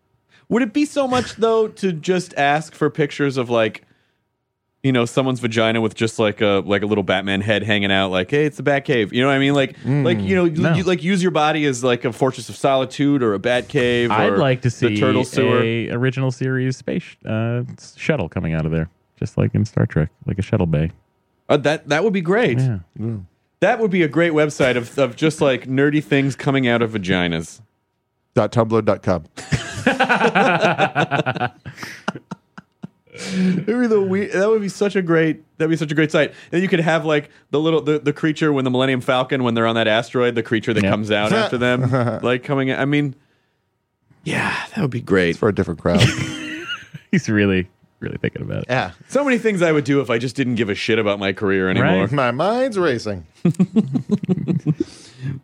Speaker 4: Would it be so much though to just ask for pictures of like, you know, someone's vagina with just like a like a little Batman head hanging out? Like, hey, it's the Bat Cave. You know what I mean? Like, like you know,
Speaker 5: Mm. no.
Speaker 4: you, like use your body as like a fortress of solitude or a Bat Cave.
Speaker 5: I'd
Speaker 4: or
Speaker 5: like to see
Speaker 4: the turtle sewer.
Speaker 5: a original series space uh, shuttle coming out of there, just like in Star Trek, like a shuttle bay.
Speaker 4: Uh, that that would be great.
Speaker 5: Yeah.
Speaker 4: That would be a great website of of just like nerdy things coming out of vaginas.
Speaker 3: Dot tumblr dot com.
Speaker 4: It would be the we- that would be such a great that'd be such a great sight. And you could have like the little the, the creature when the Millennium Falcon when they're on that asteroid, the creature that
Speaker 5: Yeah.
Speaker 4: comes out after them, like coming. I mean, yeah, that would be great.
Speaker 3: It's for a different crowd.
Speaker 5: He's really, really thinking about it.
Speaker 3: yeah.
Speaker 4: So many things I would do if I just didn't give a shit about my career anymore.
Speaker 5: Right.
Speaker 3: My mind's racing.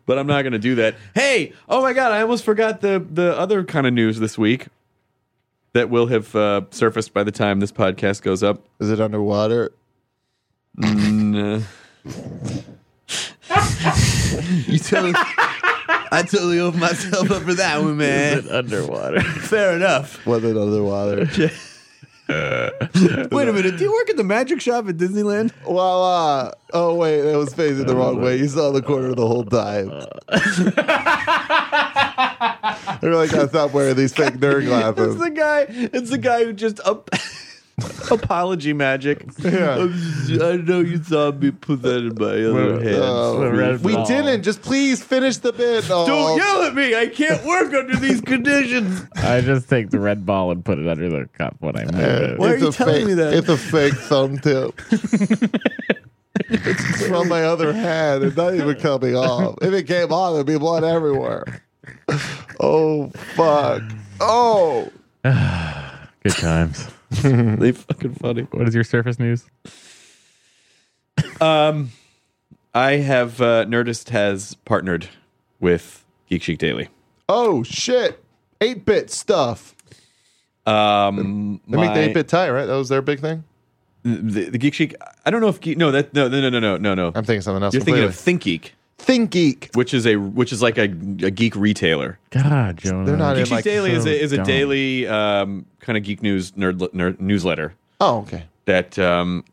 Speaker 4: But I'm not gonna do that. Hey, oh my god, I almost forgot the the other kind of news this week that will have uh, surfaced by the time this podcast goes up.
Speaker 3: Is it underwater?
Speaker 7: You
Speaker 4: No.
Speaker 7: totally, I totally opened myself up for that one, man.
Speaker 5: Underwater.
Speaker 7: Fair enough.
Speaker 3: Was it underwater?
Speaker 4: Wait a minute, do you work at the magic shop at Disneyland?
Speaker 3: Voila. Oh, wait. That was facing the wrong way. You saw the corner the whole time.
Speaker 4: Uh.
Speaker 3: I really got to stop wearing these fake nerd
Speaker 4: It's
Speaker 3: glasses.
Speaker 4: the guy. It's the guy who just up. Apology magic.
Speaker 3: Yeah.
Speaker 4: I know you saw me put that in my other hand.
Speaker 3: Oh,
Speaker 5: red
Speaker 3: we
Speaker 5: ball.
Speaker 3: didn't. Just please finish the bit.
Speaker 4: Don't
Speaker 3: Oh,
Speaker 4: yell at me! I can't work under these conditions.
Speaker 5: I just take the red ball and put it under the cup when I move it.
Speaker 4: Why are
Speaker 3: it's
Speaker 4: you
Speaker 3: a
Speaker 4: telling
Speaker 3: fake,
Speaker 4: me that?
Speaker 3: It's a fake thumb tip. it's from my other hand. It's not even coming off. If it came off, there'd be blood everywhere. Oh fuck. Oh.
Speaker 5: Good times.
Speaker 4: they fucking funny.
Speaker 5: What is your surface news?
Speaker 4: Um, I have uh, Nerdist has partnered with Geek Chic Daily.
Speaker 3: Oh shit. Eight bit stuff.
Speaker 4: Um,
Speaker 3: They make the
Speaker 4: my-
Speaker 3: eight bit tie, right? That was their big thing.
Speaker 4: the, the Geek Chic. I don't know if Geek, no that no no no no no no.
Speaker 3: I'm thinking something else.
Speaker 4: You're thinking
Speaker 3: completely.
Speaker 4: of Think Geek,
Speaker 3: Think Geek.
Speaker 4: which is a which is like a, a geek retailer.
Speaker 5: God, Jonah.
Speaker 3: They're not
Speaker 4: Geek
Speaker 3: in
Speaker 4: Chic
Speaker 3: like.
Speaker 4: Daily is
Speaker 5: so
Speaker 4: a, is a
Speaker 5: dumb.
Speaker 4: daily um, kind of geek news nerd, nerd newsletter
Speaker 3: Oh okay.
Speaker 4: that um,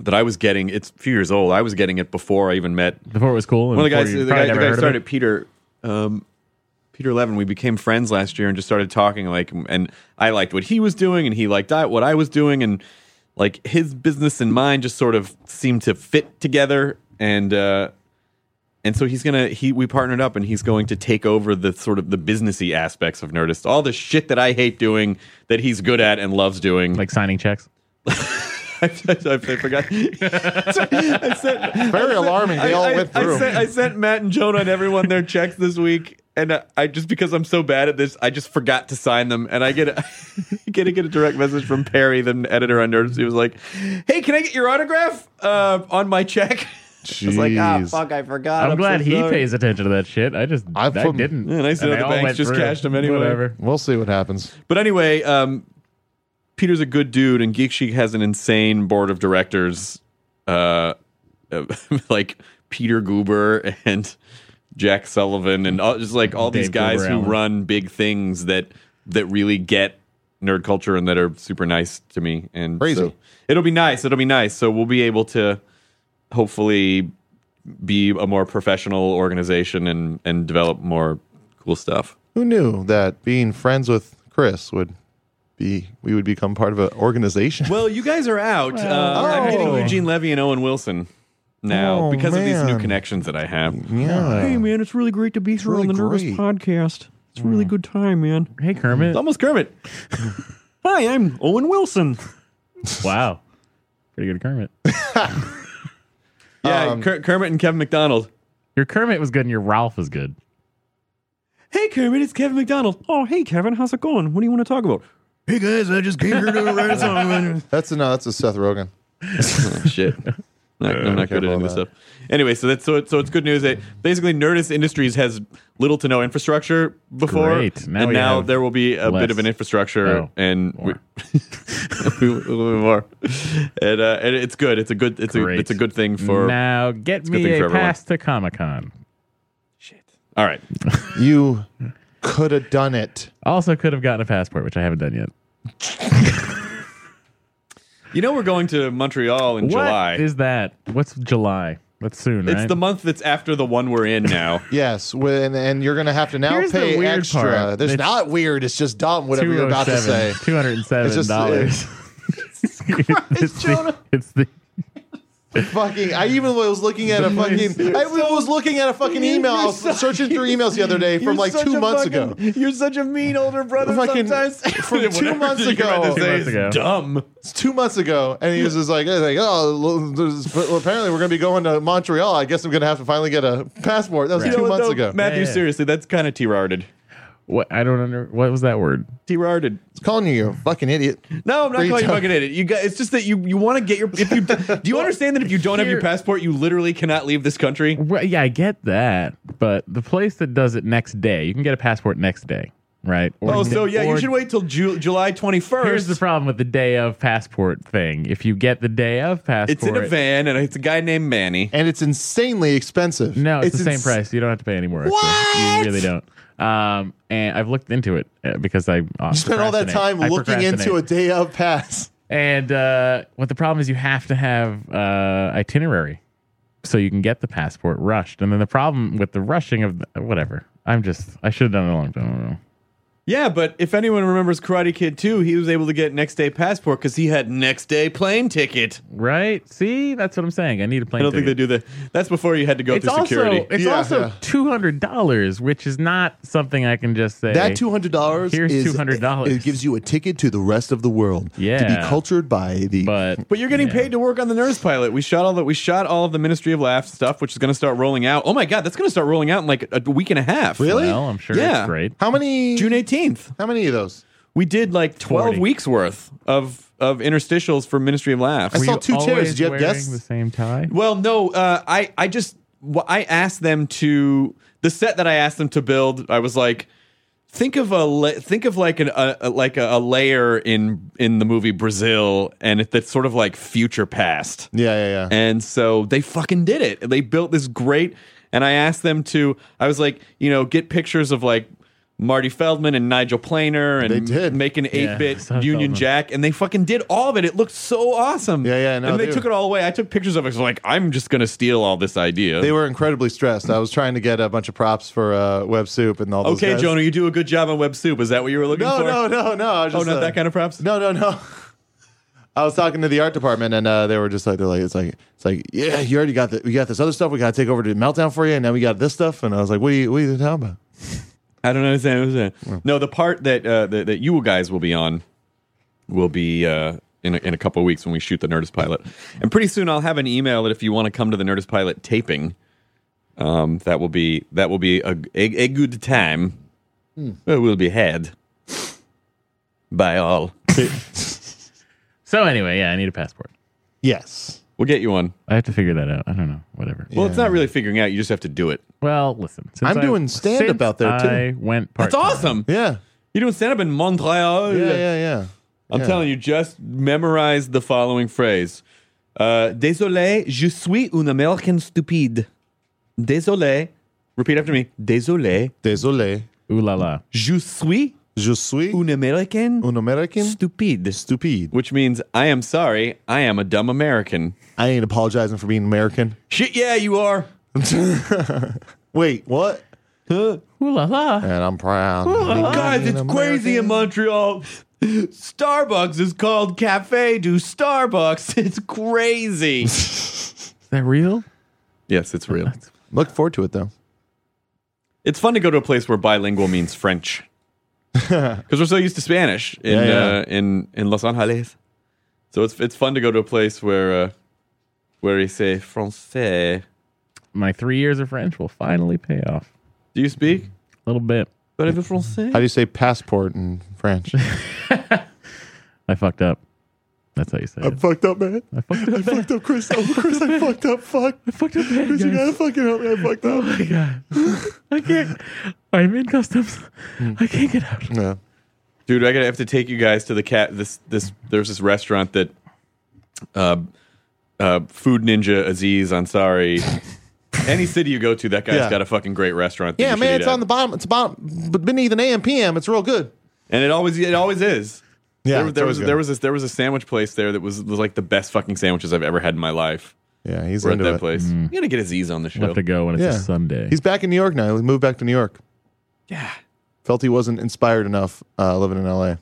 Speaker 4: that I was getting. It's a few years old. I was getting it before I even met
Speaker 5: Before it was cool. and
Speaker 4: one of the
Speaker 5: before
Speaker 4: guys.
Speaker 5: you
Speaker 4: The
Speaker 5: probably
Speaker 4: guy, the
Speaker 5: never
Speaker 4: guy
Speaker 5: heard
Speaker 4: who
Speaker 5: of
Speaker 4: started
Speaker 5: it.
Speaker 4: it, Peter. Um, Peter Levin, we became friends last year and just started talking. Like, and I liked what he was doing, and he liked I, what I was doing, and like his business and mine just sort of seemed to fit together. And uh, and so he's gonna he we partnered up and he's going to take over the sort of the businessy aspects of Nerdist, all the shit that I hate doing that he's good at and loves doing.
Speaker 5: Like signing checks.
Speaker 4: I, I, I forgot. I sent,
Speaker 3: Very alarming. They all
Speaker 4: I,
Speaker 3: went
Speaker 4: I
Speaker 3: through.
Speaker 4: sent, I sent Matt and Jonah and everyone their checks this week, and uh, I, I just because I'm so bad at this, I just forgot to sign them, and I get a get a, get a direct message from Perry, the editor on Nerds. He was like, "Hey, can I get your autograph uh, on my check?" I was like, "Ah,
Speaker 3: Jeez.
Speaker 4: fuck, I forgot."
Speaker 5: I'm,
Speaker 4: so
Speaker 5: glad he
Speaker 4: sorry."
Speaker 5: pays attention to that shit. I just
Speaker 3: I
Speaker 5: I,
Speaker 3: put-
Speaker 5: didn't.
Speaker 4: Yeah, and I said
Speaker 5: And
Speaker 4: the
Speaker 5: all
Speaker 4: banks
Speaker 5: went
Speaker 4: just
Speaker 5: through.
Speaker 4: cashed him anyway.
Speaker 5: Whatever.
Speaker 3: We'll see what happens.
Speaker 4: But anyway, um, Peter's a good dude, and Geek Chic has an insane board of directors, uh, like Peter Goober and Jack Sullivan, and all, just like all these
Speaker 5: Dave
Speaker 4: guys
Speaker 5: Goober
Speaker 4: who
Speaker 5: Allen.
Speaker 4: run big things that that really get nerd culture and that are super nice to me. And
Speaker 3: Crazy.
Speaker 4: so it'll be nice. It'll be nice. So we'll be able to hopefully be a more professional organization and and develop more cool stuff.
Speaker 3: Who knew that being friends with Chris would be we would become part of an organization?
Speaker 4: Well, you guys are out. uh, I'm getting Eugene Levy and Owen Wilson now
Speaker 3: Oh,
Speaker 4: because of these new
Speaker 3: man.
Speaker 4: connections that I have.
Speaker 3: yeah.
Speaker 7: Hey, man, it's really great to be here
Speaker 3: really
Speaker 7: on the Nervous
Speaker 3: great.
Speaker 7: Podcast. It's a really good time, man.
Speaker 5: Hey Kermit.
Speaker 4: It's almost Kermit.
Speaker 7: Hi, I'm Owen Wilson.
Speaker 5: Wow. Pretty good Kermit.
Speaker 4: Yeah,
Speaker 7: Um,
Speaker 4: Ker- Kermit and Kevin McDonald.
Speaker 5: Your Kermit was good and your Ralph was good.
Speaker 7: Hey, Kermit, it's Kevin McDonald. Oh, hey, Kevin, how's it going? What do you want to talk about? Hey, guys, I just came here to write a song. man.
Speaker 3: That's a no, that's a Seth Rogen.
Speaker 4: Oh, Shit. Not, I'm not good at
Speaker 3: careful
Speaker 4: any of
Speaker 3: of
Speaker 4: this
Speaker 3: that.
Speaker 4: stuff. Anyway, so that's so, it's- so it's good news that basically Nerdist Industries has little to no infrastructure before,
Speaker 5: Great. Now
Speaker 4: and
Speaker 5: we
Speaker 4: now
Speaker 5: have
Speaker 4: there will be a bit
Speaker 5: less.
Speaker 4: of an infrastructure
Speaker 5: Oh,
Speaker 4: and we,
Speaker 5: more.
Speaker 4: a little bit more, and, uh, and it's good. It's a good. It's a
Speaker 5: Great.
Speaker 4: it's a good thing for.
Speaker 5: now get
Speaker 4: a good
Speaker 5: me
Speaker 4: thing for
Speaker 5: a
Speaker 4: everyone.
Speaker 5: pass to Comic Con.
Speaker 4: All right,
Speaker 3: You could have done it.
Speaker 5: Also could have gotten a passport, which I haven't done yet.
Speaker 4: you know we're going to Montreal in July.
Speaker 5: What is that? What's July? That's soon,
Speaker 4: It's
Speaker 5: right?
Speaker 4: the month that's after the one we're in now.
Speaker 3: Yes, when, and you're going to have to now
Speaker 5: Here's the
Speaker 3: pay
Speaker 5: weird
Speaker 3: extra.
Speaker 5: part.
Speaker 3: There's
Speaker 5: It's
Speaker 3: not weird. It's just dumb. Whatever you're about to say.
Speaker 5: Two hundred and
Speaker 3: It's
Speaker 5: seven
Speaker 3: just-
Speaker 5: dollars. It's the.
Speaker 3: Jonah.
Speaker 5: It's the
Speaker 3: fucking. I even was looking at a fucking. I was looking at a fucking email. I was searching through emails the other day from like two months ago.
Speaker 4: You're such a mean older brother.
Speaker 3: Fucking- from two
Speaker 4: Whatever
Speaker 3: months
Speaker 4: you're about to
Speaker 3: ago. Two
Speaker 4: say
Speaker 5: months
Speaker 4: is
Speaker 5: ago.
Speaker 4: dumb.
Speaker 3: It's two months ago, and he was just like, he's like "Oh, well, there's- but apparently we're going to be going to Montreal. I guess I'm going to have to finally get a passport." That was
Speaker 4: You know
Speaker 3: two
Speaker 4: what,
Speaker 3: months
Speaker 4: though?
Speaker 3: ago.
Speaker 4: Matthew,
Speaker 5: Yeah, yeah.
Speaker 4: seriously, that's kind of T-rarded.
Speaker 5: what? I don't under. What was that word?
Speaker 4: T-rarded.
Speaker 3: It's calling you, you fucking idiot.
Speaker 4: No, I'm not
Speaker 3: Free
Speaker 4: calling you
Speaker 3: time.
Speaker 4: fucking idiot. You guys, it's just that you you want to get your. If you do, you understand that if you don't have your
Speaker 5: Here-
Speaker 4: passport, you literally cannot leave this country.
Speaker 5: Well, yeah, I get that, but the place that does it next day, you can get a passport next day, right? Or-
Speaker 4: Oh, so yeah, you
Speaker 5: or-
Speaker 4: should wait till Ju- July 21st.
Speaker 5: Here's the problem with the day of passport thing. If you get the day of passport,
Speaker 4: it's in a van, and it's a guy named Manny.
Speaker 3: And it's insanely expensive.
Speaker 5: No, it's, the same
Speaker 3: ins-
Speaker 5: price. You don't have to pay any more. Extra. You really don't. Um, and I've looked into it uh, because I uh,
Speaker 3: You spent all that time looking into a day of pass.
Speaker 5: And uh, what the problem is, you have to have uh, itinerary so you can get the passport rushed. And then the problem with the rushing of the, whatever, I'm just I should have done it a long time ago.
Speaker 4: Yeah, but if anyone remembers Karate Kid 2, he was able to get next day passport because he had next day plane ticket.
Speaker 5: Right? See, that's what I'm saying. I need a plane.
Speaker 4: I don't think
Speaker 5: ticket.
Speaker 4: they do that. That's before you had to go
Speaker 5: It's
Speaker 4: through
Speaker 5: also
Speaker 4: security.
Speaker 5: it's
Speaker 3: Yeah,
Speaker 5: also
Speaker 3: yeah.
Speaker 5: two hundred dollars, which is not something I can just say.
Speaker 3: That two hundred dollars
Speaker 5: Here's
Speaker 3: is
Speaker 5: $200.
Speaker 3: It, gives you a ticket to the rest of the world. to
Speaker 5: Yeah.
Speaker 3: be cultured by the.
Speaker 5: but
Speaker 4: but you're getting paid to work on the Nurse Pilot. We shot all that. We shot all of the Ministry of Laugh stuff, which is going to start rolling out. Oh my God, that's going to start rolling out in like a week and a half.
Speaker 3: Really?
Speaker 5: well, I'm sure
Speaker 4: Yeah.
Speaker 5: it's great.
Speaker 3: how many?
Speaker 4: June 18th.
Speaker 3: How many of those?
Speaker 4: We did like 12
Speaker 5: 40.
Speaker 4: weeks worth of of interstitials for Ministry of Laugh.
Speaker 3: I
Speaker 5: Were
Speaker 3: saw
Speaker 5: you
Speaker 3: two chairs.
Speaker 5: always
Speaker 3: Did you have
Speaker 5: wearing
Speaker 3: guests?
Speaker 5: The same tie.
Speaker 4: Well, no, uh, I I just wh- I asked them to the set that I asked them to build. I was like, think of a la- think of like an a, a- like a, a layer in in the movie Brazil, and it, that's sort of like future past.
Speaker 3: Yeah, yeah, yeah.
Speaker 4: And so they fucking did it. They built this great. And I asked them to. I was like, you know, get pictures of like Marty Feldman and Nigel Planer, and
Speaker 3: They did.
Speaker 4: make an eight
Speaker 5: I
Speaker 4: bit
Speaker 5: saw
Speaker 4: Union
Speaker 5: Feldman.
Speaker 4: Jack, and they fucking did all of it. It looked so awesome.
Speaker 3: Yeah, yeah, no,
Speaker 4: and they,
Speaker 3: they
Speaker 4: took
Speaker 3: were-
Speaker 4: it all away. I took pictures of it. I was like, I'm just gonna steal all this idea.
Speaker 3: They were incredibly stressed. I was trying to get a bunch of props for uh, Web Soup and all those
Speaker 4: okay,
Speaker 3: guys.
Speaker 4: Jonah, you do a good job on Web Soup. Is that what you were looking
Speaker 3: No,
Speaker 4: for?
Speaker 3: no, no, no. I was
Speaker 4: Oh,
Speaker 3: just,
Speaker 4: not
Speaker 3: uh,
Speaker 4: that kind of props.
Speaker 3: No, no, no. I was talking to the art department, and uh, they were just like, they're like, it's like, it's like, yeah, you already got the, we got this other stuff. We got to take over to Meltdown for you, and now we got this stuff. And I was like, what are you, what are you talking about?
Speaker 4: I don't understand. What I'm saying. No, the part that, uh, that that you guys will be on will be uh, in a, in a couple of weeks when we shoot the Nerdist pilot, and pretty soon I'll have an email that if you want to come to the Nerdist pilot taping, Um, that will be that will be a, a, a good time.
Speaker 3: Hmm.
Speaker 4: It will be had by all.
Speaker 5: So anyway, yeah, I need a passport.
Speaker 3: Yes.
Speaker 4: We'll get you one.
Speaker 5: I have to figure that out. I don't know. Whatever.
Speaker 4: Well, it's not really figuring out. You just have to do it.
Speaker 5: Well, listen. since
Speaker 3: I'm
Speaker 5: I-
Speaker 3: doing stand-up
Speaker 5: since
Speaker 3: out there, too.
Speaker 5: I went part.
Speaker 4: That's awesome.
Speaker 3: Yeah.
Speaker 4: You're doing stand up in Montreal.
Speaker 3: Yeah. Yeah. Yeah.
Speaker 4: I'm
Speaker 3: Yeah.
Speaker 4: telling you, just memorize the following phrase. Uh, Désolé, je suis un American stupide. Désolé. Repeat after me. Désolé,
Speaker 3: Désolé.
Speaker 5: Ooh la la.
Speaker 4: je suis
Speaker 3: Je suis
Speaker 4: un American
Speaker 3: un American.
Speaker 4: stupide.
Speaker 3: Stupid.
Speaker 4: Which means I am sorry, I am a dumb American.
Speaker 3: I ain't apologizing for being American.
Speaker 4: Shit, yeah, you are.
Speaker 3: Wait, what?
Speaker 5: Ooh la la.
Speaker 3: And I'm proud. of
Speaker 4: Guys,
Speaker 3: being
Speaker 4: it's crazy in
Speaker 3: American.
Speaker 4: Montreal. Starbucks is called Cafe du Starbucks. It's crazy.
Speaker 5: Is that real?
Speaker 4: yes, it's real.
Speaker 3: Look forward to it though.
Speaker 4: It's fun to go to a place where bilingual means French because we're so used to Spanish in
Speaker 3: Yeah, yeah.
Speaker 4: Uh, in in Los Angeles. So it's it's fun to go to a place where uh, where you say français.
Speaker 5: My three years of French will finally pay off.
Speaker 4: Do you speak?
Speaker 5: A little bit.
Speaker 4: But if français,
Speaker 3: How do you say passport in French?
Speaker 5: I fucked up. That's how you say it.
Speaker 3: fucked up, man.
Speaker 5: I fucked up.
Speaker 3: fucked up, Chris. Oh, Chris, I fucked up. Fuck.
Speaker 5: I fucked up. bad, guys.
Speaker 3: fucking help me. I fucked
Speaker 5: Oh my god. I can't. I'm in customs.
Speaker 3: Hmm.
Speaker 5: I can't get out.
Speaker 3: Yeah.
Speaker 4: dude, I gotta have to take you guys to the cat. This this there's this restaurant that uh, uh, Food Ninja Aziz Ansari. Any city you go to, that guy's
Speaker 3: Yeah.
Speaker 4: got a fucking great restaurant. that
Speaker 3: Yeah,
Speaker 4: you should
Speaker 3: man,
Speaker 4: eat
Speaker 3: it's
Speaker 4: at.
Speaker 3: on the bottom. It's bottom, but beneath an AM PM, it's real good.
Speaker 4: and it always it always is.
Speaker 3: Yeah,
Speaker 4: there,
Speaker 3: it's
Speaker 4: there
Speaker 3: always
Speaker 4: was
Speaker 3: good.
Speaker 4: there was this there was a sandwich place there that was, was like the best fucking sandwiches I've ever had in my life.
Speaker 3: Yeah, he's
Speaker 4: We're at
Speaker 3: into
Speaker 4: that
Speaker 3: it. Mm.
Speaker 4: place. You gotta get Aziz on the
Speaker 5: We'll
Speaker 4: show.
Speaker 5: have to go when it's
Speaker 3: Yeah,
Speaker 5: a Sunday.
Speaker 3: He's back in New York now. He moved back to New York.
Speaker 4: Yeah,
Speaker 3: Felt he wasn't inspired enough uh, living in LA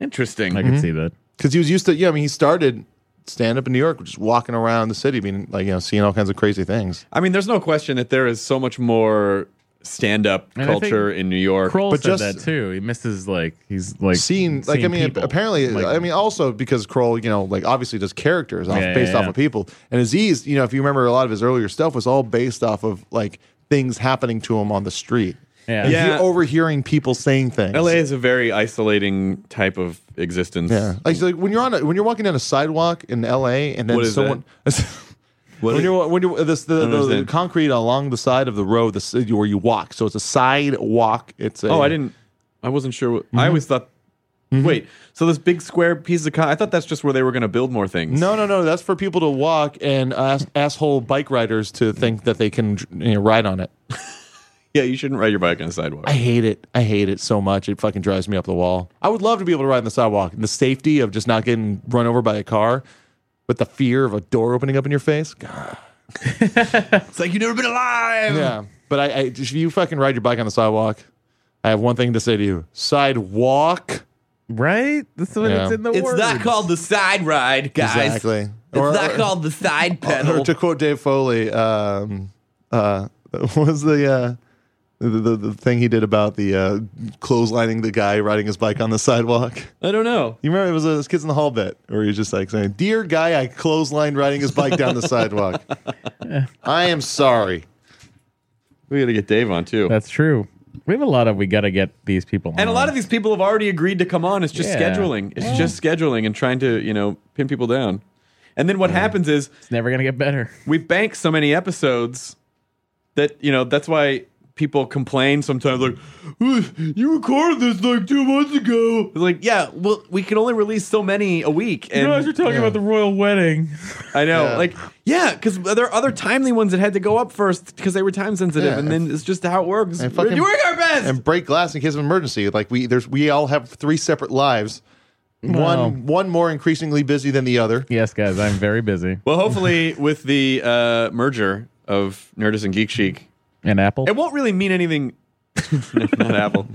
Speaker 4: interesting.
Speaker 5: I
Speaker 3: Mm-hmm.
Speaker 5: can see that.
Speaker 3: because he was used to. Yeah, I mean, he started stand up in New York, just walking around the city, being like you know, seeing all kinds of crazy things.
Speaker 4: I mean, there's no question that there is so much more stand up
Speaker 5: And I think
Speaker 4: culture in New York.
Speaker 5: Kroll
Speaker 3: But
Speaker 5: said
Speaker 3: just-
Speaker 5: that too. He misses like he's like
Speaker 3: Seeing like I mean,
Speaker 5: people.
Speaker 3: apparently,
Speaker 5: Like,
Speaker 3: I mean, also because Kroll, you know, like obviously does characters off,
Speaker 5: Yeah, yeah,
Speaker 3: based off
Speaker 5: yeah.
Speaker 3: of people, and Aziz, you know, if you remember, a lot of his earlier stuff was all based off of like things happening to him on the street.
Speaker 5: yeah.
Speaker 3: And
Speaker 4: Yeah.
Speaker 3: he- overhearing people saying things.
Speaker 4: LA is a very isolating type of existence.
Speaker 3: Yeah, like, so, like when you're on a, when you're walking down a sidewalk in L.A. and then
Speaker 4: What is
Speaker 3: someone.
Speaker 4: is-
Speaker 3: when you're when you're this the, the, the
Speaker 4: understand.
Speaker 3: concrete along the side of the road the city where you walk so it's a sidewalk it's a
Speaker 4: Oh, I didn't. I wasn't sure. What,
Speaker 3: Mm-hmm.
Speaker 4: I always thought. Wait, so this big square piece of con- I thought that's just where they were going to build more things.
Speaker 3: no no no that's for people to walk and ass, asshole bike riders to think that they can you know, ride on it
Speaker 4: Yeah, you shouldn't ride your bike on a sidewalk.
Speaker 3: I hate it I hate it so much it fucking drives me up the wall I would love to be able to ride on the sidewalk the safety of just not getting run over by a car but the fear of a door opening up in your face God
Speaker 4: it's like you've never been alive.
Speaker 3: Yeah, but I, I if you fucking ride your bike on the sidewalk, I have one thing to say to you: sidewalk.
Speaker 5: right. That's what
Speaker 3: Yeah.
Speaker 5: it's in the
Speaker 4: It's
Speaker 5: word.
Speaker 4: not called the side ride, guys.
Speaker 3: Exactly.
Speaker 4: It's
Speaker 3: Or-
Speaker 4: not
Speaker 3: or-
Speaker 4: called the side pedal.
Speaker 3: Or to quote Dave Foley, um, uh, what was the, uh, the the the thing he did about the uh, clotheslining the guy riding his bike on the sidewalk?
Speaker 4: I don't know.
Speaker 3: You remember it was a Kids in the Hall bit where he was just like saying, "Dear guy, I clotheslined riding his bike down the sidewalk. I am sorry."
Speaker 4: We got to get Dave on too.
Speaker 5: That's true. We have a lot of we got to get these people.
Speaker 4: and a
Speaker 5: on.
Speaker 4: lot of these people have already agreed to come on. It's just
Speaker 5: Yeah.
Speaker 4: scheduling. It's just scheduling and trying to, you know, pin people down. And then what happens is
Speaker 5: it's never gonna get better.
Speaker 4: we bank so many episodes that, you know, that's why people complain sometimes like, "Ugh, you recorded this like two months ago. It's like, yeah, well, we can only release so many a week. And
Speaker 5: talking about the royal wedding.
Speaker 4: I know.
Speaker 3: Yeah.
Speaker 4: Like, yeah, because there are other timely ones that had to go up first because they were time sensitive,
Speaker 3: Yeah,
Speaker 4: and then it's just how it works.
Speaker 3: and
Speaker 4: we're
Speaker 3: fucking-
Speaker 4: doing our best.
Speaker 3: and break glass in case of emergency. Like we there's we all have three separate lives.
Speaker 5: Wow.
Speaker 3: One one more increasingly busy than the other.
Speaker 5: yes, guys, I'm very busy.
Speaker 4: well, hopefully, with the uh, merger of Nerdist and Geek Chic,
Speaker 5: And Apple.
Speaker 4: it won't really mean anything. No, not Apple.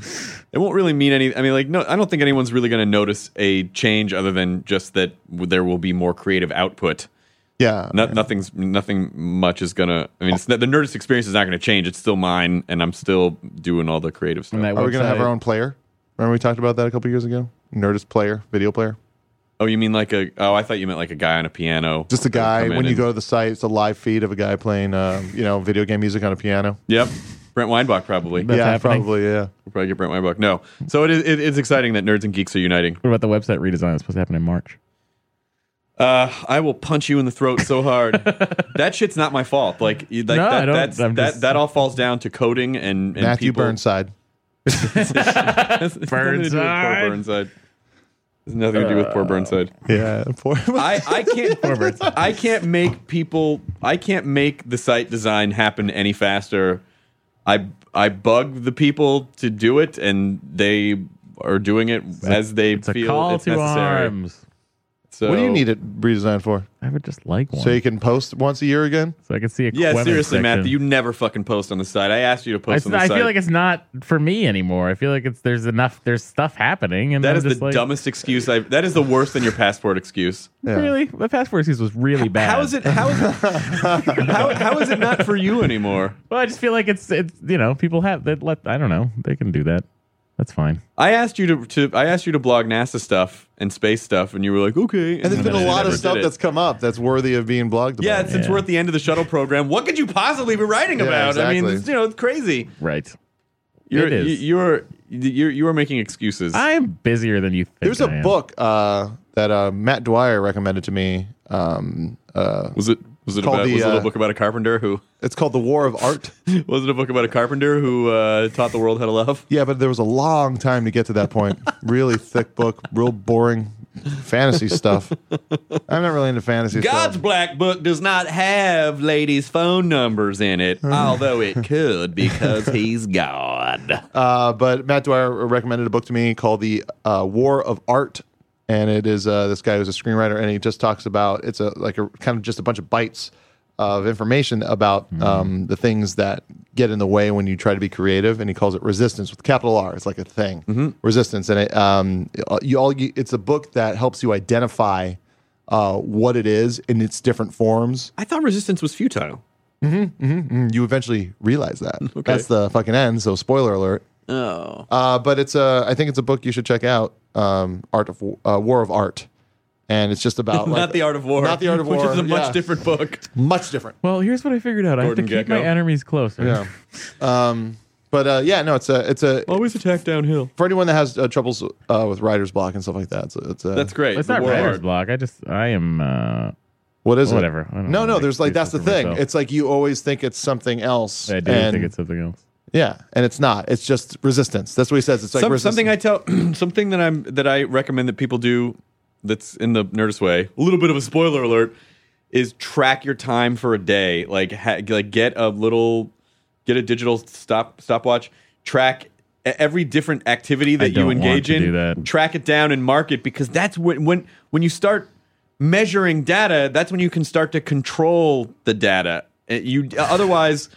Speaker 4: It won't really mean any. I mean, like, no, I don't think anyone's really going to notice a change other than just that w- there will be more creative output.
Speaker 3: Yeah.
Speaker 4: No, Nothing's nothing much is gonna. I mean, it's, the Nerdist experience is not going to change. It's still mine, and I'm still doing all the creative stuff.
Speaker 5: And that
Speaker 3: Are we gonna have
Speaker 5: website.
Speaker 3: our own player? Remember we talked about that a couple years ago? Nerdist player, video player.
Speaker 4: Oh, you mean like a? Oh, I thought you meant like a guy on a piano.
Speaker 3: Just a
Speaker 4: would come
Speaker 3: guy.
Speaker 4: in
Speaker 3: When you
Speaker 4: and-
Speaker 3: go to the site, it's a live feed of a guy playing, uh, you know, video game music on a piano.
Speaker 4: Yep. Brent Weinbach probably.
Speaker 5: That's
Speaker 3: yeah,
Speaker 5: happening.
Speaker 3: probably. Yeah.
Speaker 4: We'll probably get Brent Weinbach. No. So it is. It, it's exciting that nerds and geeks are uniting.
Speaker 5: What about the website redesign that's supposed to happen in March?
Speaker 4: Uh, I will punch you in the throat so hard. that shit's not my fault. Like, you- like
Speaker 5: No, I
Speaker 4: that,
Speaker 5: don't-
Speaker 4: that's,
Speaker 5: I'm
Speaker 4: that,
Speaker 5: just-
Speaker 4: that all falls down to coding and, and
Speaker 3: Matthew
Speaker 4: people.
Speaker 3: Burnside.
Speaker 4: It's nothing to do with
Speaker 5: Burnside. Uh,
Speaker 4: Poor Burnside. It's nothing to do with poor Burnside.
Speaker 3: Yeah. Poor.
Speaker 4: I, I can't I can't make people I can't make the site design happen any faster. I I bug the people to do it and they are doing it as they
Speaker 5: It's a
Speaker 4: feel
Speaker 5: call
Speaker 4: it's
Speaker 5: to
Speaker 4: necessary.
Speaker 5: arms.
Speaker 4: So
Speaker 3: what do you need it redesigned for?
Speaker 5: I would just like one.
Speaker 3: So you can post once a year again?
Speaker 5: So I can see a
Speaker 4: Yeah,
Speaker 5: Quemon
Speaker 4: seriously,
Speaker 5: section.
Speaker 4: Matt, you never fucking post on the site. I asked you to
Speaker 5: I,
Speaker 4: post on the
Speaker 5: I
Speaker 4: site.
Speaker 5: feel like it's not for me anymore. I feel like it's there's enough there's stuff happening and
Speaker 4: that
Speaker 5: I'm
Speaker 4: is the
Speaker 5: just like,
Speaker 4: dumbest excuse I've that is the worse than your passport excuse.
Speaker 3: Yeah.
Speaker 5: Really, my passport excuse was really bad.
Speaker 4: How is it how is it how, how is it not for you anymore?
Speaker 5: Well, I just feel like it's it's you know people have that let I don't know they can do that. That's fine.
Speaker 4: I asked you to, to I asked you to blog NASA stuff and space stuff, and you were like, okay.
Speaker 3: And there's been a
Speaker 4: then
Speaker 3: lot
Speaker 4: never
Speaker 3: of
Speaker 4: did
Speaker 3: stuff
Speaker 4: it.
Speaker 3: that's come up that's worthy of being blogged about.
Speaker 4: yeah, it's, since
Speaker 5: Yeah.
Speaker 4: we're at the end of the shuttle program, what could you possibly be writing
Speaker 3: Yeah,
Speaker 4: about? I mean,
Speaker 3: exactly.
Speaker 4: it's, you know, it's crazy.
Speaker 5: Right.
Speaker 4: You're,
Speaker 5: It is.
Speaker 4: You, you're you're you are making excuses.
Speaker 5: I'm busier than you think.
Speaker 3: There's
Speaker 5: I
Speaker 3: a
Speaker 5: am.
Speaker 3: book uh, that uh, Matt Dwyer recommended to me. Um, uh,
Speaker 4: was it was it
Speaker 3: Called
Speaker 4: about
Speaker 3: the,
Speaker 4: was it a
Speaker 3: uh,
Speaker 4: book about a carpenter who
Speaker 3: it's called The War of Art.
Speaker 4: was it a book about a carpenter who uh, taught the world how to love?
Speaker 3: yeah, but there was a long time to get to that point. really thick book, real boring fantasy stuff. I'm not really into fantasy
Speaker 4: God's
Speaker 3: stuff.
Speaker 4: black book does not have ladies' phone numbers in it, although it could because he's God.
Speaker 3: Uh, but Matt Dwyer recommended a book to me called The uh, War of Art. And it is uh, this guy who's a screenwriter, and he just talks about it's a like a kind of just a bunch of bites of information about um, the things that get in the way when you try to be creative. And he calls it resistance with capital R. It's like a thing, resistance. And it, um, you all, you, it's a book that helps you identify uh, what it is in its different forms
Speaker 4: I thought resistance was futile.
Speaker 3: you eventually realize that. That's the fucking end. So spoiler alert. Oh. Uh, but it's a. I think it's a book you should check out. Um, Art of uh, War of Art, and it's just about like,
Speaker 4: Uh, not the art of war.
Speaker 3: Not the art of war.
Speaker 4: which is a much
Speaker 3: yeah.
Speaker 4: different book.
Speaker 3: Much different.
Speaker 5: Well, here's what I figured out. I
Speaker 4: Gordon
Speaker 5: have to keep
Speaker 4: Gekko.
Speaker 5: my enemies closer.
Speaker 3: Yeah. um, but uh, yeah, no, it's a. It's a.
Speaker 4: Always attack downhill.
Speaker 3: For anyone that has uh, troubles uh, with writer's block and stuff like that, it's, a- it's a.
Speaker 4: That's great.
Speaker 5: It's
Speaker 4: The
Speaker 5: not
Speaker 4: war
Speaker 5: writer's
Speaker 4: art.
Speaker 5: block. I just I am uh
Speaker 3: What is
Speaker 5: Whatever.
Speaker 3: it?
Speaker 5: I don't
Speaker 3: No,
Speaker 5: wanna
Speaker 3: no.
Speaker 5: make
Speaker 3: There's like that's the
Speaker 5: excuses for
Speaker 3: thing.
Speaker 5: myself.
Speaker 3: It's like you always think it's something else.
Speaker 5: I do
Speaker 3: and-
Speaker 5: think it's something else.
Speaker 3: yeah, and it's not. It's just resistance. That's what he says. It's like
Speaker 4: Some-
Speaker 3: resistance.
Speaker 4: something I tell, something that I'm that I recommend that people do. That's in the nerdist way. A little bit of a spoiler alert is track your time for a day. Like ha, like get a little, get a digital stop stopwatch. Track e- every different activity that you
Speaker 5: don't want
Speaker 4: engage
Speaker 5: to
Speaker 4: in.
Speaker 5: do that.
Speaker 4: Track it down and mark it because that's when when when you start measuring data. That's when you can start to control the data. Uh, You otherwise.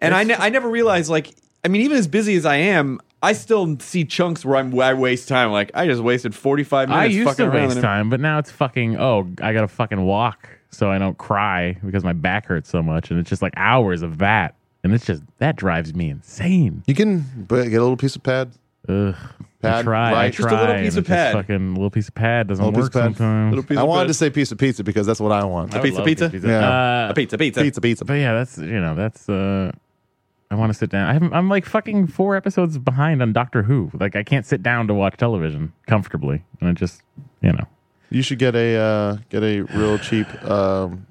Speaker 4: and I, ne- I never realized like I mean even as busy as I am, I still see chunks where I'm where I waste time. Like I just wasted 45 minutes.
Speaker 5: I used
Speaker 4: fucking
Speaker 5: to
Speaker 4: around
Speaker 5: waste
Speaker 4: and-
Speaker 5: time, but now it's fucking oh I gotta fucking walk so I don't cry because my back hurts so much, and it's just like hours of that, and it's just that drives me insane.
Speaker 3: You can but get a little piece of pad.
Speaker 5: Ugh. I
Speaker 3: Pad,
Speaker 5: try, I
Speaker 3: right.
Speaker 5: try.
Speaker 4: Just a little
Speaker 5: and
Speaker 4: piece of
Speaker 5: it's just
Speaker 4: pad.
Speaker 5: Fucking little piece of pad doesn't
Speaker 3: Little piece
Speaker 5: work
Speaker 3: of pad.
Speaker 5: sometimes.
Speaker 4: Little piece
Speaker 3: I
Speaker 4: of
Speaker 3: wanted
Speaker 4: bread.
Speaker 3: to say piece of pizza because that's what I want.
Speaker 5: I
Speaker 4: piece of
Speaker 5: love
Speaker 4: pizza?
Speaker 3: Yeah.
Speaker 5: Uh,
Speaker 4: a pizza, pizza.
Speaker 3: Pizza, pizza.
Speaker 5: But yeah, that's you know that's uh, I want to sit down. I haven't, I'm like fucking four episodes behind on Doctor Who. Like I can't sit down to watch television comfortably, and it just you know
Speaker 3: You should get a uh, get a real cheap um,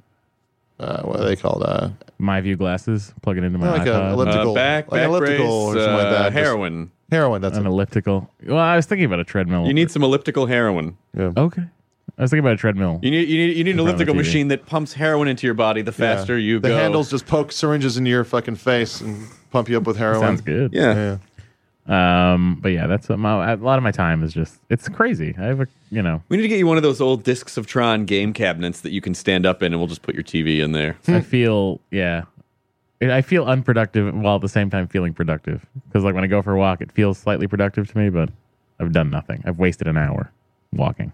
Speaker 3: uh, what are they called? Uh,
Speaker 5: my view glasses, plug it into my
Speaker 3: Like a
Speaker 5: iPod.
Speaker 3: elliptical-
Speaker 4: Uh, back,
Speaker 3: Like an
Speaker 4: back
Speaker 3: elliptical or
Speaker 4: brace,
Speaker 3: something like
Speaker 4: uh,
Speaker 3: that. Just-
Speaker 4: Heroin.
Speaker 3: heroin. That's
Speaker 5: an
Speaker 3: it.
Speaker 5: elliptical. Well, I was thinking about a treadmill.
Speaker 4: You need some elliptical heroin.
Speaker 3: Yeah.
Speaker 5: Okay. I was thinking about a treadmill.
Speaker 4: You need you need you need an
Speaker 5: front of a
Speaker 4: elliptical
Speaker 5: TV.
Speaker 4: machine that pumps heroin into your body. The
Speaker 3: Yeah.
Speaker 4: faster you
Speaker 3: the
Speaker 4: go,
Speaker 3: handles just poke syringes into your fucking face and pump you up with heroin.
Speaker 5: Sounds good.
Speaker 4: Yeah.
Speaker 3: Yeah.
Speaker 5: Um, but yeah, that's what my, a lot of my time is just, it's crazy. I have a, you know,
Speaker 4: We need to get you one of those old discs of Tron game cabinets that you can stand up in, and we'll just put your TV in there.
Speaker 5: I feel, yeah, I feel unproductive while at the same time feeling productive. Cause like when I go for a walk, it feels slightly productive to me, but I've done nothing. I've wasted an hour walking.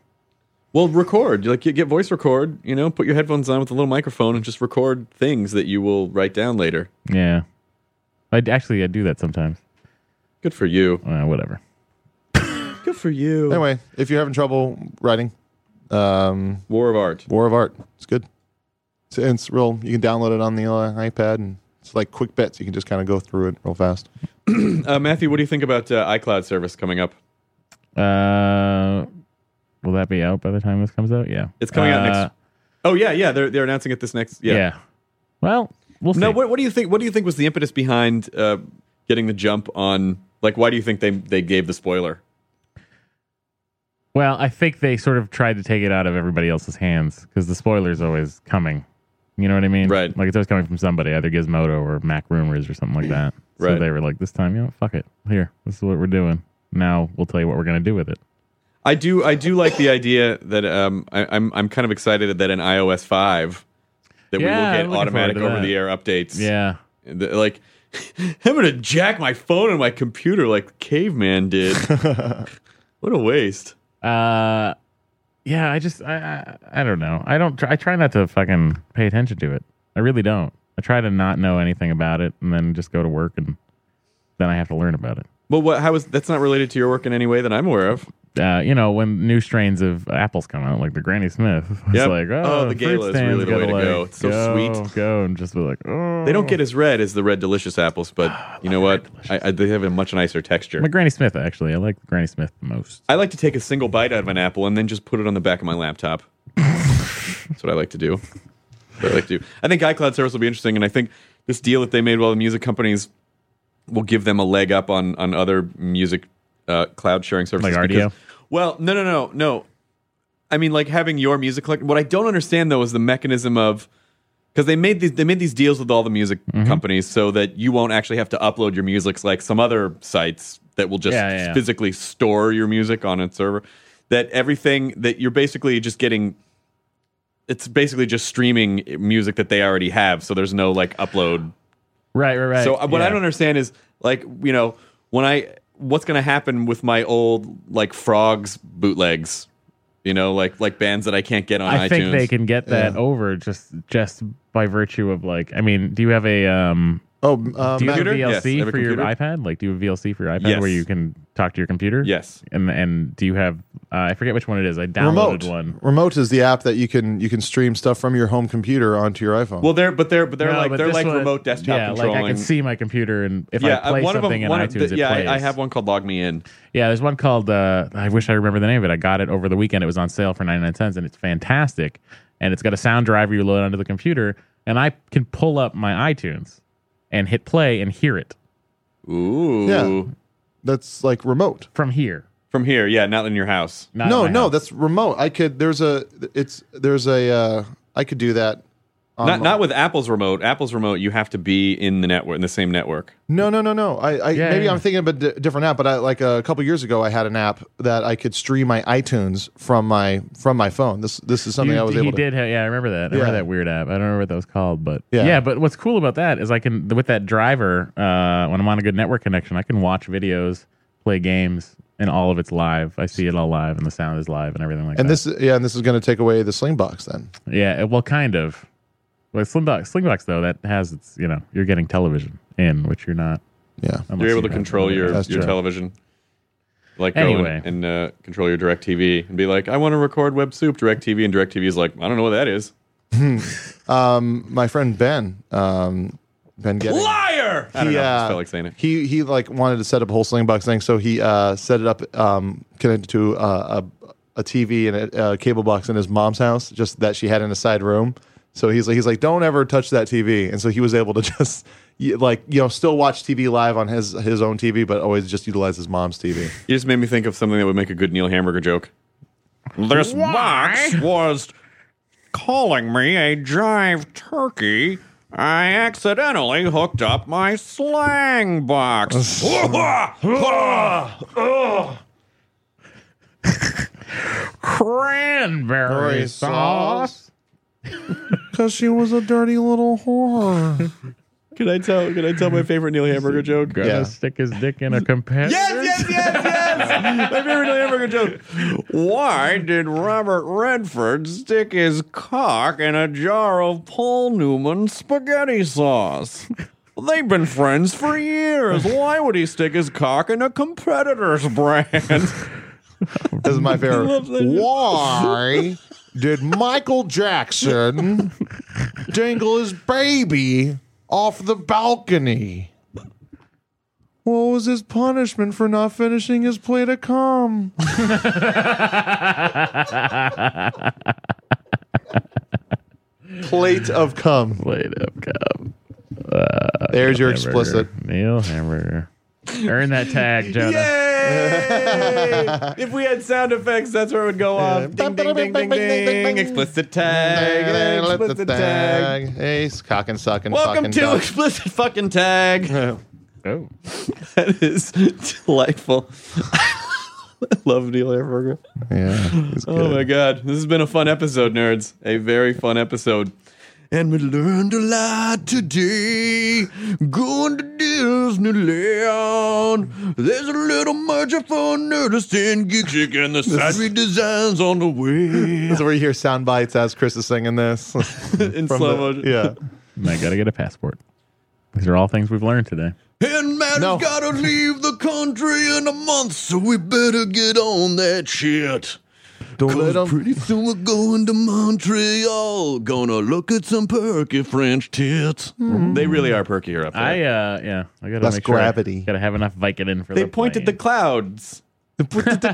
Speaker 4: Well, record. Like you get voice record. You know, put your headphones on with a little microphone and just record things that you will write down later.
Speaker 5: Yeah. I actually, I do that sometimes.
Speaker 4: Good for you.
Speaker 5: Uh, whatever.
Speaker 4: Good for you.
Speaker 3: Anyway, if you're having trouble writing, Um,
Speaker 4: War of Art.
Speaker 3: War of Art. It's good. It's, and it's real. You can download it on the uh, iPad, and it's like quick bets. You can just kind of go through it real fast.
Speaker 4: Uh, Matthew, what do you think about uh, iCloud service coming up?
Speaker 5: Uh, will that be out by the time this comes out? Yeah,
Speaker 4: It's coming out
Speaker 5: Uh,
Speaker 4: next. Oh yeah, yeah. They're they're announcing it this next.
Speaker 5: Yeah.
Speaker 4: Yeah.
Speaker 5: Well, we'll see.
Speaker 4: No. What, what do you think? What do you think was the impetus behind uh, getting the jump on? Like, why do you think they they gave the spoiler?
Speaker 5: well, I think they sort of tried to take it out of everybody else's hands because the spoiler's always coming. You know what I mean?
Speaker 4: Right.
Speaker 5: Like it's always coming from somebody, either Gizmodo or Mac Rumors or something like that. So
Speaker 4: Right.
Speaker 5: they were like, this time, you know, fuck it. Here, this is what we're doing. Now we'll tell you what we're gonna do with it.
Speaker 4: I do I do like the idea that um I, I'm I'm kind of excited that in iOS five that
Speaker 5: Yeah,
Speaker 4: we
Speaker 5: I'm
Speaker 4: will
Speaker 5: looking
Speaker 4: get automatic
Speaker 5: forward to
Speaker 4: over the air updates.
Speaker 5: Yeah.
Speaker 4: The- like I'm gonna jack my phone and my computer like caveman did. what a waste.
Speaker 5: Uh, yeah. I just I, I I don't know. I don't. Try, I try not to fucking pay attention to it. I really don't. I try to not know anything about it, and then just go to work, and then I have to learn about it.
Speaker 4: Well, what? How is that's not related to your work in any way that I'm aware of?
Speaker 5: uh, you know, when new strains of apples come out, like the Granny Smith, it's
Speaker 4: Yep.
Speaker 5: like, oh,
Speaker 4: Oh, the
Speaker 5: fruit
Speaker 4: Gala is
Speaker 5: stands
Speaker 4: really the way
Speaker 5: gotta,
Speaker 4: to go.
Speaker 5: like,
Speaker 4: It's so
Speaker 5: go,
Speaker 4: sweet.
Speaker 5: Go and just be like, oh.
Speaker 4: They don't get as red as the red delicious apples, but
Speaker 5: Ah,
Speaker 4: you know what? I, I, they have a much nicer texture.
Speaker 5: My Granny Smith, actually. I like the Granny Smith the most.
Speaker 4: I like to take a single bite out of an apple and then just put it on the back of my laptop. That's what I like to do. That's what I like to do. I think iCloud service will be interesting, and I think this deal that they made with all the music companies will give them a leg up on on other music uh, cloud sharing services.
Speaker 5: Like RDO?
Speaker 4: well, no, no, no, no. I mean, like having your music collect. What I don't understand though is the mechanism of because they made these they made these deals with all the music
Speaker 5: Mm-hmm.
Speaker 4: companies so that you won't actually have to upload your music like some other sites that will just
Speaker 5: Yeah, yeah, yeah.
Speaker 4: physically store your music on a server. That everything that you're basically just getting. It's basically just streaming music that they already have, so there's no like upload
Speaker 5: Right, right, right.
Speaker 4: so uh, what I don't understand is like you know when I what's going to happen with my old like frogs bootlegs, you know like like bands that I can't get on
Speaker 5: I
Speaker 4: iTunes.
Speaker 5: think they can get that
Speaker 3: Yeah.
Speaker 5: over just just by virtue of like, I mean, do you have a um,
Speaker 3: Oh, uh,
Speaker 5: do you
Speaker 3: Matt-
Speaker 4: Computer?
Speaker 5: have VLC
Speaker 4: Yes,
Speaker 5: for
Speaker 4: every
Speaker 5: your
Speaker 4: computer.
Speaker 5: iPad? Like, do you have VLC for your iPad
Speaker 4: Yes.
Speaker 5: where you can talk to your computer?
Speaker 4: Yes.
Speaker 5: And and do you have? Uh, I forget which one it is. I downloaded
Speaker 3: remote.
Speaker 5: one.
Speaker 3: Remote is the app that you can you can stream stuff from your home computer onto your iPhone.
Speaker 4: Well, they're but they're but they're
Speaker 5: No,
Speaker 4: like
Speaker 5: but
Speaker 4: they're
Speaker 5: this
Speaker 4: like
Speaker 5: one-
Speaker 4: remote desktop
Speaker 5: yeah,
Speaker 4: controlling.
Speaker 5: like I can see my computer, and if
Speaker 4: yeah,
Speaker 5: I play
Speaker 4: uh, one of
Speaker 5: something
Speaker 4: them.
Speaker 5: in
Speaker 4: One of
Speaker 5: iTunes,
Speaker 4: the,
Speaker 5: it
Speaker 4: yeah,
Speaker 5: plays.
Speaker 4: I, I have one called Log Me In.
Speaker 5: Yeah, there's one called uh, I wish I remember the name of it. I got it over the weekend. It was on sale for 99 cents and it's fantastic. And it's got a sound driver you load onto the computer and I can pull up my iTunes and hit play and hear it
Speaker 4: Ooh,
Speaker 3: Yeah. that's like remote.
Speaker 5: from here.
Speaker 4: from here, yeah, not in your house.
Speaker 5: Not
Speaker 3: no,
Speaker 5: in my
Speaker 3: no,
Speaker 5: house.
Speaker 3: that's remote. I could. There's a. It's there's a. Uh, I could do that. on
Speaker 4: Not
Speaker 3: my-
Speaker 4: not with Apple's remote. Apple's remote, you have to be in the network in the same network.
Speaker 3: No, no, no, no. I, I
Speaker 5: Yeah,
Speaker 3: maybe
Speaker 5: yeah.
Speaker 3: I'm thinking of a di- different app, but I, like a couple years ago, I had an app that I could stream my iTunes from my from my phone. This this is something
Speaker 5: You-
Speaker 3: I was
Speaker 5: he
Speaker 3: able to.
Speaker 5: did have, yeah, I remember that. I remember
Speaker 3: Yeah.
Speaker 5: that weird app. I don't remember what that was called, but yeah.
Speaker 3: Yeah.
Speaker 5: but what's cool about that is I can with that driver, uh, when I'm on a good network connection, I can watch videos, play games, and all of it's live. I see it all live and the sound is live and everything like that.
Speaker 3: And this, yeah, and this is going to take away the Sling box then.
Speaker 5: Yeah, well, kind of. Like Slingbox, Slingbox though, that has its. You know, you're getting television in, which you're not.
Speaker 3: Yeah.
Speaker 5: unless
Speaker 4: You're able
Speaker 5: you
Speaker 4: to
Speaker 5: have-
Speaker 4: control your
Speaker 3: That's
Speaker 4: your
Speaker 3: true.
Speaker 4: television. Like go
Speaker 5: Anyway.
Speaker 4: and, and uh, control your Direct TV and be like, I want to record Web Soup Direct TV, and Direct TV is like, I don't know what that is.
Speaker 3: My friend Ben, um, Ben Getting.
Speaker 4: Liar! I don't know. I just
Speaker 3: uh,
Speaker 4: felt like saying it.
Speaker 3: He he like wanted to set up a whole Slingbox thing, so he uh, set it up um, connected to uh, a a TV and a, a cable box in his mom's house, just that she had in a side room. So he's like he's like don't ever touch that TV, and so he was able to just y- like you know still watch TV live on his his own TV, but always just utilize his mom's TV.
Speaker 4: You just made me think of something that would make a good Neil Hamburger joke.
Speaker 6: This box was calling me a jive turkey. I accidentally hooked up my slang box.
Speaker 5: Cranberry sauce.
Speaker 3: Because she was a dirty little whore.
Speaker 4: Can I tell? Can I tell my favorite Neil Hamburger joke?
Speaker 5: Gonna
Speaker 3: Yeah.
Speaker 5: stick his dick in a competitor.
Speaker 4: yes, yes, yes! my favorite Neil Hamburger joke.
Speaker 6: Why did Robert Redford stick his cock in a jar of Paul Newman spaghetti sauce? They've been friends for years. Why would he stick his cock in a competitor's brand?
Speaker 3: This is my favorite. Why did Michael Jackson dangle his baby off the balcony? What was his punishment for not finishing his plate of cum? plate of cum.
Speaker 5: Played up cup.
Speaker 3: There's your explicit.
Speaker 5: Neil Hamburger. Earn that tag, Jonah.
Speaker 4: Yay! if we had sound effects, that's where it would go off. Ding, ding, ding, ding, ding. Explicit tag. Explicit tag.
Speaker 3: Hey, cock and sucking.
Speaker 4: Welcome
Speaker 3: fucking
Speaker 4: to
Speaker 3: duck.
Speaker 4: Explicit Fucking Tag.
Speaker 5: Oh.
Speaker 4: That is delightful. I love Neil Hamburger.
Speaker 3: Yeah, it's
Speaker 4: Oh
Speaker 3: good.
Speaker 4: my god. This has been a fun episode, nerds. A very fun episode. And we learned a lot today. Going to Disneyland. There's a little merger for Nerdist and Geek Chick and the side redesigns on the way.
Speaker 3: That's where you hear sound bites as Chris is singing this.
Speaker 4: In
Speaker 3: From
Speaker 4: slow
Speaker 3: the-
Speaker 4: motion.
Speaker 3: Yeah.
Speaker 5: And I gotta get a passport. These are all things we've learned today.
Speaker 4: And Matt's
Speaker 3: No.
Speaker 4: gotta leave the country in a month, so we better get on that shit.
Speaker 3: Don't let
Speaker 4: Cause
Speaker 3: 'em-
Speaker 4: pretty soon we're going to Montreal. Gonna look at some perky French tits. Hmm. They really are perkier up
Speaker 5: I uh yeah, I gotta
Speaker 3: That's
Speaker 5: make sure I
Speaker 3: gravity.
Speaker 5: gotta have enough Vicodin for
Speaker 4: they
Speaker 5: the
Speaker 4: pointed the
Speaker 5: plane.
Speaker 4: clouds.
Speaker 3: They pointed the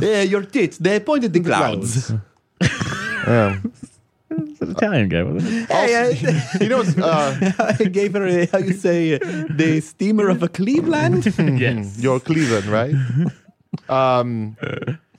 Speaker 4: Yeah, your tits. They pointed the clouds.
Speaker 3: Yeah.
Speaker 5: It's an Italian guy, wasn't it?
Speaker 4: Hey,
Speaker 3: You know, what's, uh,
Speaker 4: I, I gave her a, how you say, the steamer of a Cleveland.
Speaker 5: yes.
Speaker 3: your Cleveland, right? Um,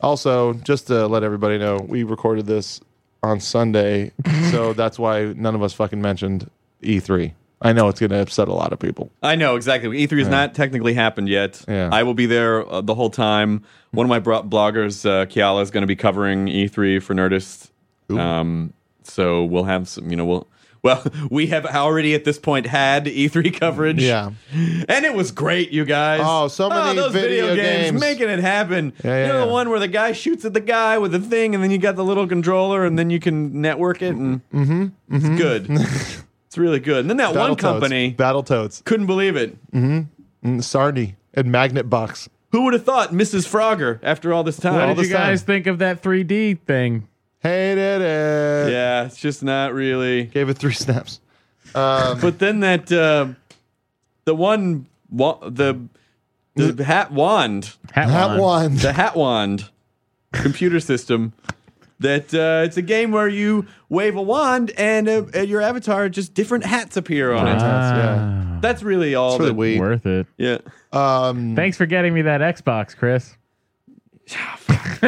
Speaker 3: also, just to let everybody know, we recorded this on Sunday, so that's why none of us fucking mentioned E3. I know it's going to upset a lot of people.
Speaker 4: I know exactly. E3 has not technically happened yet.
Speaker 3: Yeah.
Speaker 4: I will be there uh, the whole time. One of my bro- bloggers, uh, Kiala, is going to be covering E3 for Nerdist. Um, so we'll have some. You know, we'll. Well, we have already at this point had E3 coverage.
Speaker 3: Yeah.
Speaker 4: And it was great, you guys.
Speaker 3: Oh, so many
Speaker 4: those video,
Speaker 3: video
Speaker 4: games,
Speaker 3: games.
Speaker 4: making it happen.
Speaker 3: Yeah, yeah,
Speaker 4: you know the
Speaker 3: yeah.
Speaker 4: one where the guy shoots at the guy with the thing, and then you got the little controller, and then you can network it, and
Speaker 3: Mm-hmm,
Speaker 4: it's good. it's really good. And then that one
Speaker 3: Battletoads.
Speaker 4: company
Speaker 3: Battletoads,
Speaker 4: couldn't believe it.
Speaker 3: Mm, Sardi, and Magnet Box.
Speaker 4: Who would have thought Mrs. Frogger after all this
Speaker 5: What
Speaker 4: time?
Speaker 3: All
Speaker 5: did
Speaker 3: this
Speaker 5: you guys
Speaker 3: time.
Speaker 5: think of that 3D thing?
Speaker 3: Hated it.
Speaker 4: yeah, it's just not really.
Speaker 3: Gave it three snaps.
Speaker 4: But then that uh, the one wa- the the hat wand,
Speaker 5: Hat
Speaker 3: That one.
Speaker 4: the hat wand computer system. That uh, it's a game where you wave a wand and, uh, and your avatar just different hats appear on it.
Speaker 3: Yeah.
Speaker 4: That's really all.
Speaker 3: It's really
Speaker 4: Ah. that-
Speaker 3: weak.
Speaker 5: Worth it.
Speaker 4: Yeah.
Speaker 3: Um,
Speaker 5: Thanks for getting me that Xbox, Chris.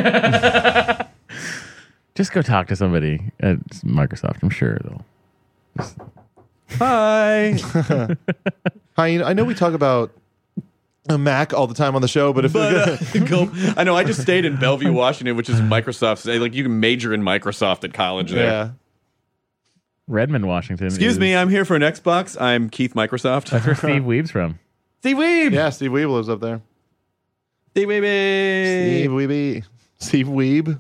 Speaker 5: Just go talk to somebody at Microsoft. I'm sure they'll.
Speaker 4: Hi.
Speaker 3: I, I know we talk about a Mac all the time on the show, but if
Speaker 4: But, uh, go- I know. I just stayed in Bellevue, Washington, which is Microsoft's. Like you can major in Microsoft at college there.
Speaker 3: yeah,
Speaker 5: Redmond, Washington.
Speaker 4: Excuse
Speaker 5: is-
Speaker 4: me, I'm here for an Xbox. I'm Keith Microsoft.
Speaker 5: That's where Steve Weeb's from.
Speaker 4: Steve Weeb.
Speaker 3: yeah, Steve Weeb lives up there.
Speaker 4: Steve
Speaker 3: Steve
Speaker 4: Weeb.
Speaker 3: Weeby, Steve Weeb,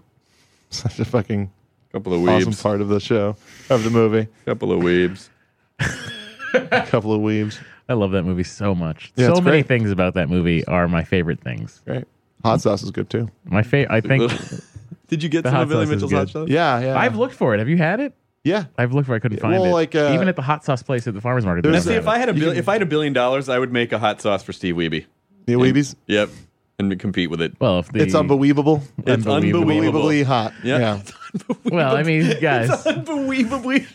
Speaker 3: such a fucking
Speaker 4: Couple of
Speaker 3: awesome
Speaker 4: weebs.
Speaker 3: part of the show of the movie.
Speaker 4: Couple of weebs.
Speaker 3: A couple of weebs,
Speaker 5: I love that movie so much.
Speaker 3: Yeah,
Speaker 5: so
Speaker 3: it's
Speaker 5: many
Speaker 3: great.
Speaker 5: things about that movie are my favorite things.
Speaker 3: right? Hot sauce is good too.
Speaker 5: My favorite. I think
Speaker 4: Did you get
Speaker 5: The
Speaker 4: some
Speaker 5: hot
Speaker 4: of Billy
Speaker 5: sauce is
Speaker 4: Mitchell's
Speaker 5: good.
Speaker 4: hot sauce?
Speaker 3: Yeah, yeah,
Speaker 5: I've looked for it. Have you had it?
Speaker 3: yeah.
Speaker 5: I've looked for. it. I couldn't find
Speaker 3: well,
Speaker 5: it.
Speaker 3: like, uh,
Speaker 5: Even at the hot sauce place at the farmers market. they
Speaker 3: there's-
Speaker 4: Now,
Speaker 5: never
Speaker 4: see,
Speaker 5: have
Speaker 4: if
Speaker 5: it.
Speaker 4: I had a bill- if I had a billion dollars, I would make a hot sauce for Steve Weeby.
Speaker 3: The Weebies,
Speaker 4: Yep, and compete with it.
Speaker 5: well, if the,
Speaker 3: it's unbelievable,
Speaker 4: It's
Speaker 5: Unbelievable.
Speaker 4: unbelievable.
Speaker 3: unbelievably hot.
Speaker 4: Yeah.
Speaker 3: Yeah,
Speaker 5: Well, I mean, guys,
Speaker 4: Unbelievably.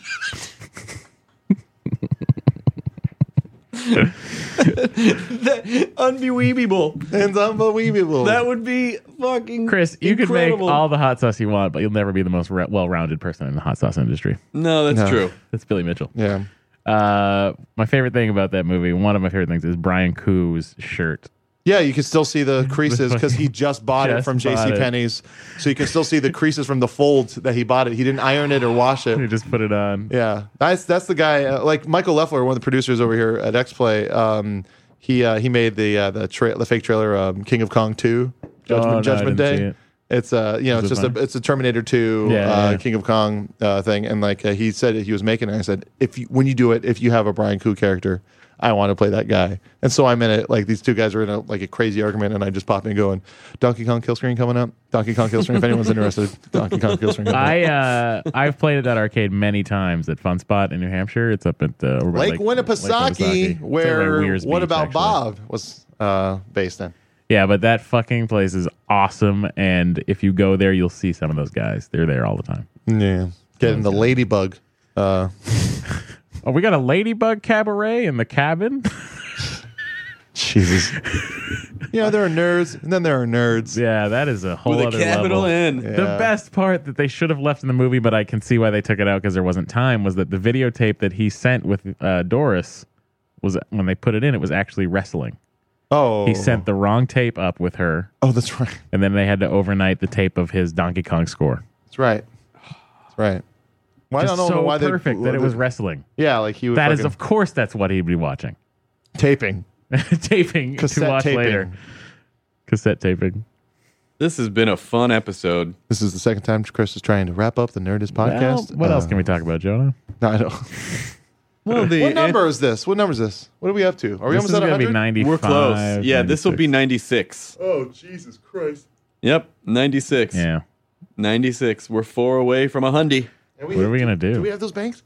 Speaker 4: that, unbelievable.
Speaker 3: it's unbelievable.
Speaker 4: That would be fucking
Speaker 5: Chris, you could make
Speaker 4: incredible.
Speaker 5: all the hot sauce you want, but you'll never be the most re- well-rounded person in the hot sauce industry.
Speaker 4: No, that's
Speaker 3: No.
Speaker 4: true.
Speaker 5: That's Billy Mitchell.
Speaker 3: yeah,
Speaker 5: Uh, my favorite thing about that movie, one of my favorite things, is Brian Koo's shirt.
Speaker 3: yeah. You can still see the creases because he just bought it
Speaker 5: Just
Speaker 3: from
Speaker 5: bought
Speaker 3: J.C.
Speaker 5: it.
Speaker 3: Penney's, so you can still see the creases from the folds that he bought it. He didn't iron it or wash it.
Speaker 5: He just put it on.
Speaker 3: Yeah, that's that's the guy. Uh, like Michael Leffler, one of the producers over here at X Play. Um, he uh, he made the uh, the tra- the fake trailer um, King of Kong Two Judgment
Speaker 5: Oh, no, I
Speaker 3: Judgment
Speaker 5: didn't see
Speaker 3: Day.
Speaker 5: it.
Speaker 3: It's a you know, it's
Speaker 5: This is
Speaker 3: just a
Speaker 5: fun.
Speaker 3: it's a Terminator Two, uh,
Speaker 5: Yeah, yeah, yeah.
Speaker 3: King of Kong uh, thing, and like uh, he said he was making it. I said if you, when you do it, if you have a Brian Koo character, I want to play that guy. And so I'm in it. Like these two guys are in a like a crazy argument, and I just pop in going, Donkey Kong kill screen coming up, Donkey Kong kill screen. if anyone's interested, Donkey Kong kill screen. coming up.
Speaker 5: I uh, I've played at that arcade many times at Fun Spot in New Hampshire. It's up at uh, over by
Speaker 3: Lake, Winnipesaukee,
Speaker 5: Winnipesaukee. It's
Speaker 3: where
Speaker 5: over by Weir's
Speaker 3: What
Speaker 5: Beach,
Speaker 3: About
Speaker 5: actually.
Speaker 3: Bob was uh, based in.
Speaker 5: Yeah, but that fucking place is awesome, and if you go there, you'll see some of those guys. They're there all the time.
Speaker 3: Yeah, getting the ladybug. Uh,
Speaker 5: Oh, we got a ladybug cabaret in the cabin.
Speaker 3: Jesus. you know there are nerds, and then there are nerds.
Speaker 5: yeah, that is a whole
Speaker 4: With
Speaker 5: other
Speaker 4: a capital
Speaker 5: level.
Speaker 4: N.
Speaker 3: Yeah.
Speaker 5: The best part that they should have left in the movie, but I can see why they took it out because there wasn't time, was that the videotape that he sent with uh, Doris was when they put it in, it was actually wrestling.
Speaker 3: Oh,
Speaker 5: He sent the wrong tape up with her,
Speaker 3: Oh, that's right.
Speaker 5: and then they had to overnight the tape of his Donkey Kong score.
Speaker 3: That's right. That's right. Why
Speaker 5: Just
Speaker 3: I don't
Speaker 5: so
Speaker 3: know why they
Speaker 5: perfect that it was wrestling.
Speaker 3: yeah, like he was
Speaker 5: That is, of course, that's what he'd be watching.
Speaker 3: taping
Speaker 5: taping
Speaker 3: cassette
Speaker 5: to watch
Speaker 3: taping.
Speaker 5: later. Cassette taping.
Speaker 4: This has been a fun episode.
Speaker 3: This is the second time Chris is trying to wrap up the Nerdist podcast.
Speaker 5: Well, what else can we talk about, Jonah?
Speaker 3: No, I don't.
Speaker 4: Well, the
Speaker 3: what number is this? What number is this? What are we up to? Are we almost
Speaker 5: This is
Speaker 3: at
Speaker 5: going to be
Speaker 3: 100?
Speaker 5: 95.
Speaker 4: We're close. Yeah, this will be 96.
Speaker 5: 96.
Speaker 3: oh, Jesus Christ!
Speaker 4: Yep, 96.
Speaker 5: Yeah.
Speaker 4: 96. We're four away from a hundy.
Speaker 3: And
Speaker 5: What are we going to
Speaker 3: Do
Speaker 5: do?
Speaker 3: we have those banked?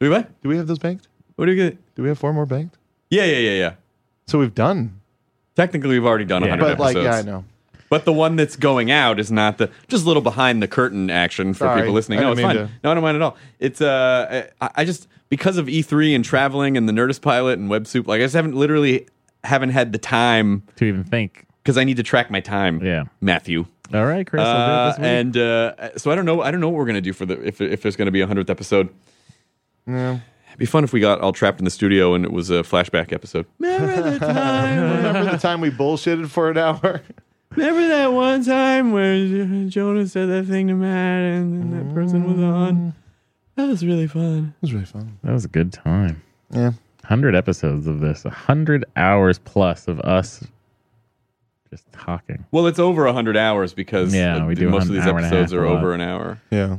Speaker 4: Do we what?
Speaker 3: Do we have those banked?
Speaker 4: What do you get?
Speaker 3: Do we have four more banked?
Speaker 4: Yeah, yeah, yeah, yeah.
Speaker 3: So we've done,
Speaker 4: Technically, we've already done a
Speaker 5: Yeah.
Speaker 4: 100
Speaker 3: but like,
Speaker 4: episodes.
Speaker 3: yeah, I know.
Speaker 4: But the one that's going out is not the just a little behind the curtain action for
Speaker 3: Sorry,
Speaker 4: people listening.
Speaker 3: I
Speaker 4: No, it's
Speaker 3: didn't
Speaker 4: fine.
Speaker 3: mean to-
Speaker 4: No, I don't mind at all. It's uh, I, I just because of E3 and traveling and the Nerdist pilot and Web Soup, like I just haven't literally haven't had the time
Speaker 5: to even think.
Speaker 4: because I need to track my time.
Speaker 5: Yeah.
Speaker 4: Matthew.
Speaker 5: All right, Chris. we'll do it
Speaker 4: Uh,
Speaker 5: this week.
Speaker 4: and uh, so I don't know. I don't know what we're gonna do for the if if there's gonna be a hundredth episode. It'd be fun if we got all trapped in the studio and it was a flashback episode.
Speaker 3: Remember the time we bullshitted for an hour?
Speaker 4: Remember that one time where Jonah said that thing to Matt and that person was on? That was really fun.
Speaker 3: It was really fun.
Speaker 5: that was a good time.
Speaker 3: Yeah.
Speaker 5: 100 episodes of this, 100 hours plus of us just talking.
Speaker 4: Well, it's over 100 hours because
Speaker 5: Yeah,
Speaker 4: uh,
Speaker 5: we do
Speaker 4: most of
Speaker 5: an
Speaker 4: these
Speaker 5: hour and a
Speaker 4: episodes
Speaker 5: half
Speaker 4: are
Speaker 5: a lot.
Speaker 4: over an hour.
Speaker 3: Yeah.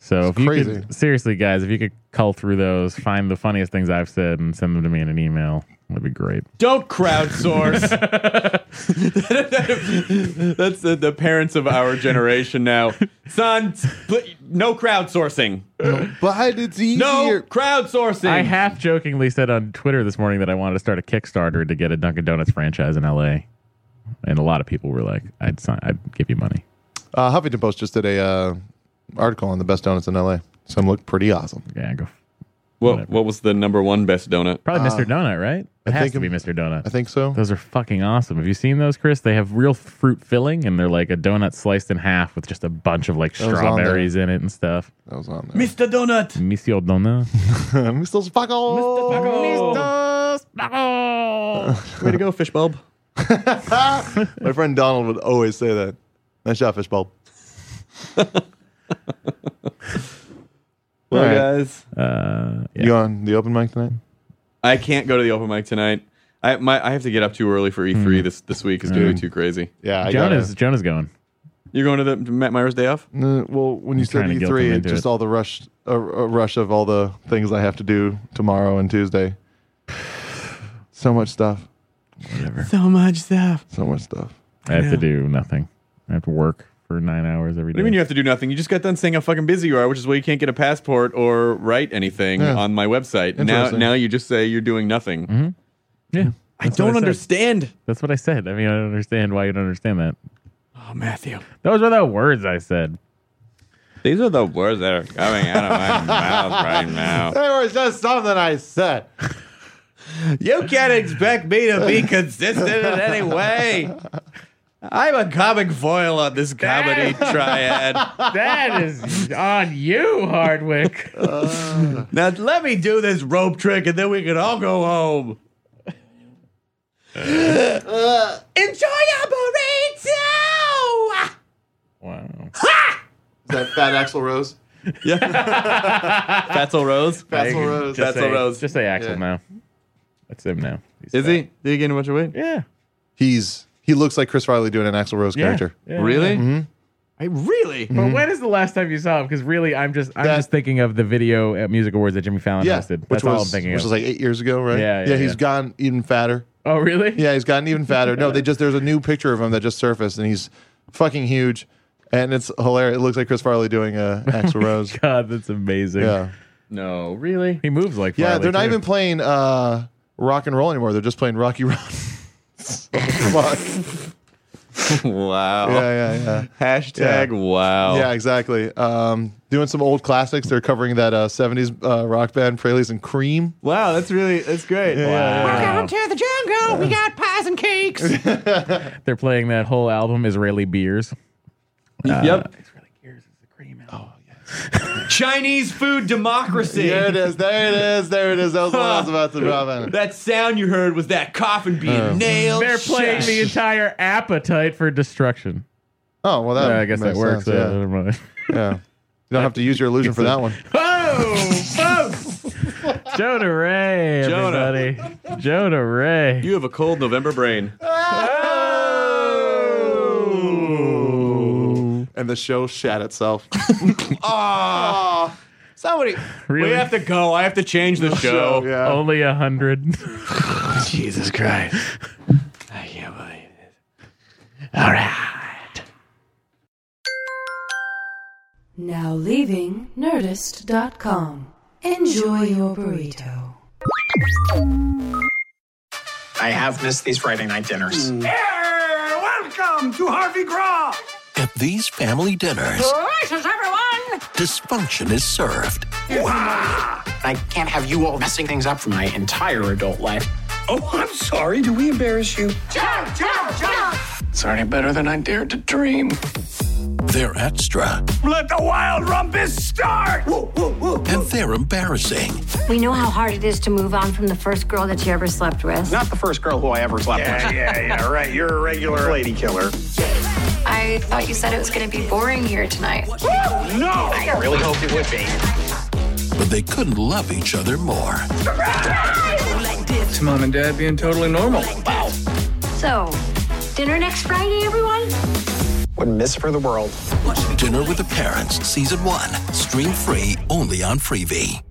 Speaker 5: So
Speaker 3: It's
Speaker 5: if you
Speaker 3: crazy.
Speaker 5: could, seriously, guys, if you could cull through those, find the funniest things I've said and send them to me in an email, that'd be great.
Speaker 4: Don't crowdsource. That's the, the parents of our generation now. Son, split- no crowdsourcing.
Speaker 3: But it's easier.
Speaker 4: No crowdsourcing.
Speaker 5: I half jokingly said on Twitter this morning that I wanted to start a Kickstarter to get a Dunkin' Donuts franchise in LA, and a lot of people were like, "I'd sign, I'd give you money."
Speaker 3: Uh, Huffington Post just did a uh, article on the best donuts in LA. Some look pretty awesome.
Speaker 5: Yeah, go.
Speaker 4: what, what was the number one best donut?
Speaker 5: Probably Mr. Donut, right? It
Speaker 3: Uh, I
Speaker 5: has
Speaker 3: think
Speaker 5: to be
Speaker 3: I'm-
Speaker 5: Mr. Donut.
Speaker 3: I think so.
Speaker 5: those are fucking awesome. Have you seen those, Chris? They have real fruit filling, and they're like a donut sliced in half with just a bunch of like
Speaker 3: was on there.
Speaker 5: strawberries in it and stuff.
Speaker 3: That was on there.
Speaker 4: Mr. Donut.
Speaker 5: Monsieur Donut.
Speaker 3: Mr. Spackle.
Speaker 4: Way to go, Fishbulb.
Speaker 3: My friend Donald would always say that. Nice shot, Fishbowl.
Speaker 4: Well,
Speaker 3: All right.
Speaker 4: guys.
Speaker 5: Uh, yeah.
Speaker 3: You on the open mic tonight?
Speaker 4: I can't go to the open mic tonight. I my I have to get up too early for E3
Speaker 3: Mm.
Speaker 4: this this week. is really too crazy.
Speaker 3: Yeah, I got
Speaker 5: Jonah's Jonah's going.
Speaker 4: You're going to the to Matt Myers day off?
Speaker 3: No, well, when you said
Speaker 5: trying to guilt
Speaker 3: E3,
Speaker 5: him
Speaker 3: it
Speaker 5: into
Speaker 3: just
Speaker 5: it.
Speaker 3: all the rush, a, a rush of all the things I have to do tomorrow and Tuesday. So much stuff.
Speaker 4: So much stuff.
Speaker 3: So much stuff.
Speaker 5: I have to do nothing. I have to work for nine hours every
Speaker 4: What
Speaker 5: day.
Speaker 4: do you mean you have to do nothing? You just got done saying how fucking busy you are, which is why you can't get a passport or write anything
Speaker 3: Yeah.
Speaker 4: on my website. Now
Speaker 3: Interesting.
Speaker 4: now you just say you're doing nothing.
Speaker 5: yeah,
Speaker 4: I
Speaker 5: Mm-hmm. what I
Speaker 4: don't
Speaker 5: said.
Speaker 4: understand.
Speaker 5: That's what I said. I mean, I don't understand why you don't understand that.
Speaker 4: Oh, Matthew.
Speaker 5: Those were the words I said.
Speaker 4: These are the words that are coming out of my mouth right now.
Speaker 3: They were just something I said.
Speaker 4: You can't expect me to be consistent in any way. I'm a comic foil on this comedy triad.
Speaker 5: That is on you, Hardwick.
Speaker 4: Now let me do this rope trick and then we can all go home. Enjoy your burrito!
Speaker 5: wow.
Speaker 3: Is that Fat Axel Rose?
Speaker 4: Fatzel Rose?
Speaker 3: Axel Rose.
Speaker 4: That's
Speaker 5: say,
Speaker 4: what I was-
Speaker 5: Just say Axel
Speaker 3: yeah.
Speaker 5: now. That's him now. He's
Speaker 4: Is
Speaker 5: fat.
Speaker 4: he? Did he gain a bunch of weight?
Speaker 5: Yeah.
Speaker 3: He's he looks like Chris Riley doing an Axel Rose
Speaker 5: Yeah.
Speaker 3: character.
Speaker 5: Yeah.
Speaker 4: Really? I really.
Speaker 5: But when is the last time you saw him? Because really, I'm just I'm
Speaker 3: That-
Speaker 5: just thinking of the video at Music Awards that Jimmy Fallon
Speaker 3: yeah,
Speaker 5: hosted. That's
Speaker 3: which was
Speaker 5: all I'm thinking
Speaker 3: which
Speaker 5: of.
Speaker 3: was like eight years ago, right?
Speaker 5: Yeah, yeah,
Speaker 3: yeah. He's
Speaker 5: yeah.
Speaker 3: gone even fatter.
Speaker 5: oh, really?
Speaker 3: Yeah, he's gotten even fatter. No, they just there's a new picture of him that just surfaced, and he's fucking huge, and it's hilarious. It looks like Chris Farley doing a Axl Rose.
Speaker 5: God, that's amazing.
Speaker 3: Yeah,
Speaker 4: No, really.
Speaker 5: He moves like
Speaker 3: yeah.
Speaker 5: Farley,
Speaker 3: They're not
Speaker 5: too.
Speaker 3: even playing uh, rock and roll anymore. They're just playing Rocky Road. So, fuck.
Speaker 4: wow.
Speaker 3: Yeah, yeah, yeah.
Speaker 4: Hashtag
Speaker 3: Yeah.
Speaker 4: wow.
Speaker 3: Yeah, exactly. Um, doing some old classics. They're covering that uh, '70s uh, rock band Pralines and Cream.
Speaker 4: Wow, that's really that's great.
Speaker 5: Wow.
Speaker 4: to the jungle. We got pies and cakes.
Speaker 5: They're playing that whole album, Israeli Beers.
Speaker 4: yep.
Speaker 5: Israeli Beers is a cream album.
Speaker 7: Chinese food democracy.
Speaker 3: There it is. There it is. There it is. That was what I was about to drop in.
Speaker 7: That sound you heard was that coffin being
Speaker 3: Uh.
Speaker 7: nailed.
Speaker 5: They're playing
Speaker 7: shut.
Speaker 5: the entire appetite for destruction.
Speaker 3: Oh well, that
Speaker 5: Yeah, I guess that
Speaker 3: makes
Speaker 5: works.
Speaker 3: sense,
Speaker 5: uh,
Speaker 3: yeah.
Speaker 5: never mind.
Speaker 3: yeah, you don't have to use your illusion for that one.
Speaker 5: Oh, folks! Jonah Ray,
Speaker 4: Jonah.
Speaker 5: everybody. Jonah Ray.
Speaker 4: You have a cold November brain. Oh!
Speaker 3: and the show shat itself.
Speaker 7: Ah.
Speaker 4: Somebody,
Speaker 5: Really?
Speaker 4: we have to go. I have to change the
Speaker 5: Oh.
Speaker 4: show.
Speaker 3: yeah.
Speaker 5: Only a hundred.
Speaker 7: Jesus Christ. I can't believe it. All right.
Speaker 2: Now leaving Nerdist.com. Enjoy your burrito.
Speaker 8: I have missed these Friday night dinners.
Speaker 9: Hmm.
Speaker 7: welcome to Harvey Gras.
Speaker 9: At these family dinners, dysfunction is served.
Speaker 8: I can't have you all messing things up for my entire adult life.
Speaker 9: Oh, I'm sorry. Do we embarrass you?
Speaker 8: It's already better than I dared to dream.
Speaker 9: They're extra
Speaker 7: Let the wild rumpus start.
Speaker 9: and they're embarrassing.
Speaker 10: We know how hard it is to move on from the first girl that you ever slept with.
Speaker 8: Not the first girl who I ever slept with.
Speaker 7: yeah, yeah, right. You're a regular lady killer.
Speaker 10: I thought you said it was going to be boring here tonight.
Speaker 7: No.
Speaker 8: I really hoped it would be.
Speaker 9: But they couldn't love each other more.
Speaker 8: It's mom and dad being totally normal. Wow.
Speaker 10: So, dinner next Friday, everyone?
Speaker 8: Wouldn't miss it for the world.
Speaker 9: Dinner with the Parents, Season 1, stream free only on Freevee.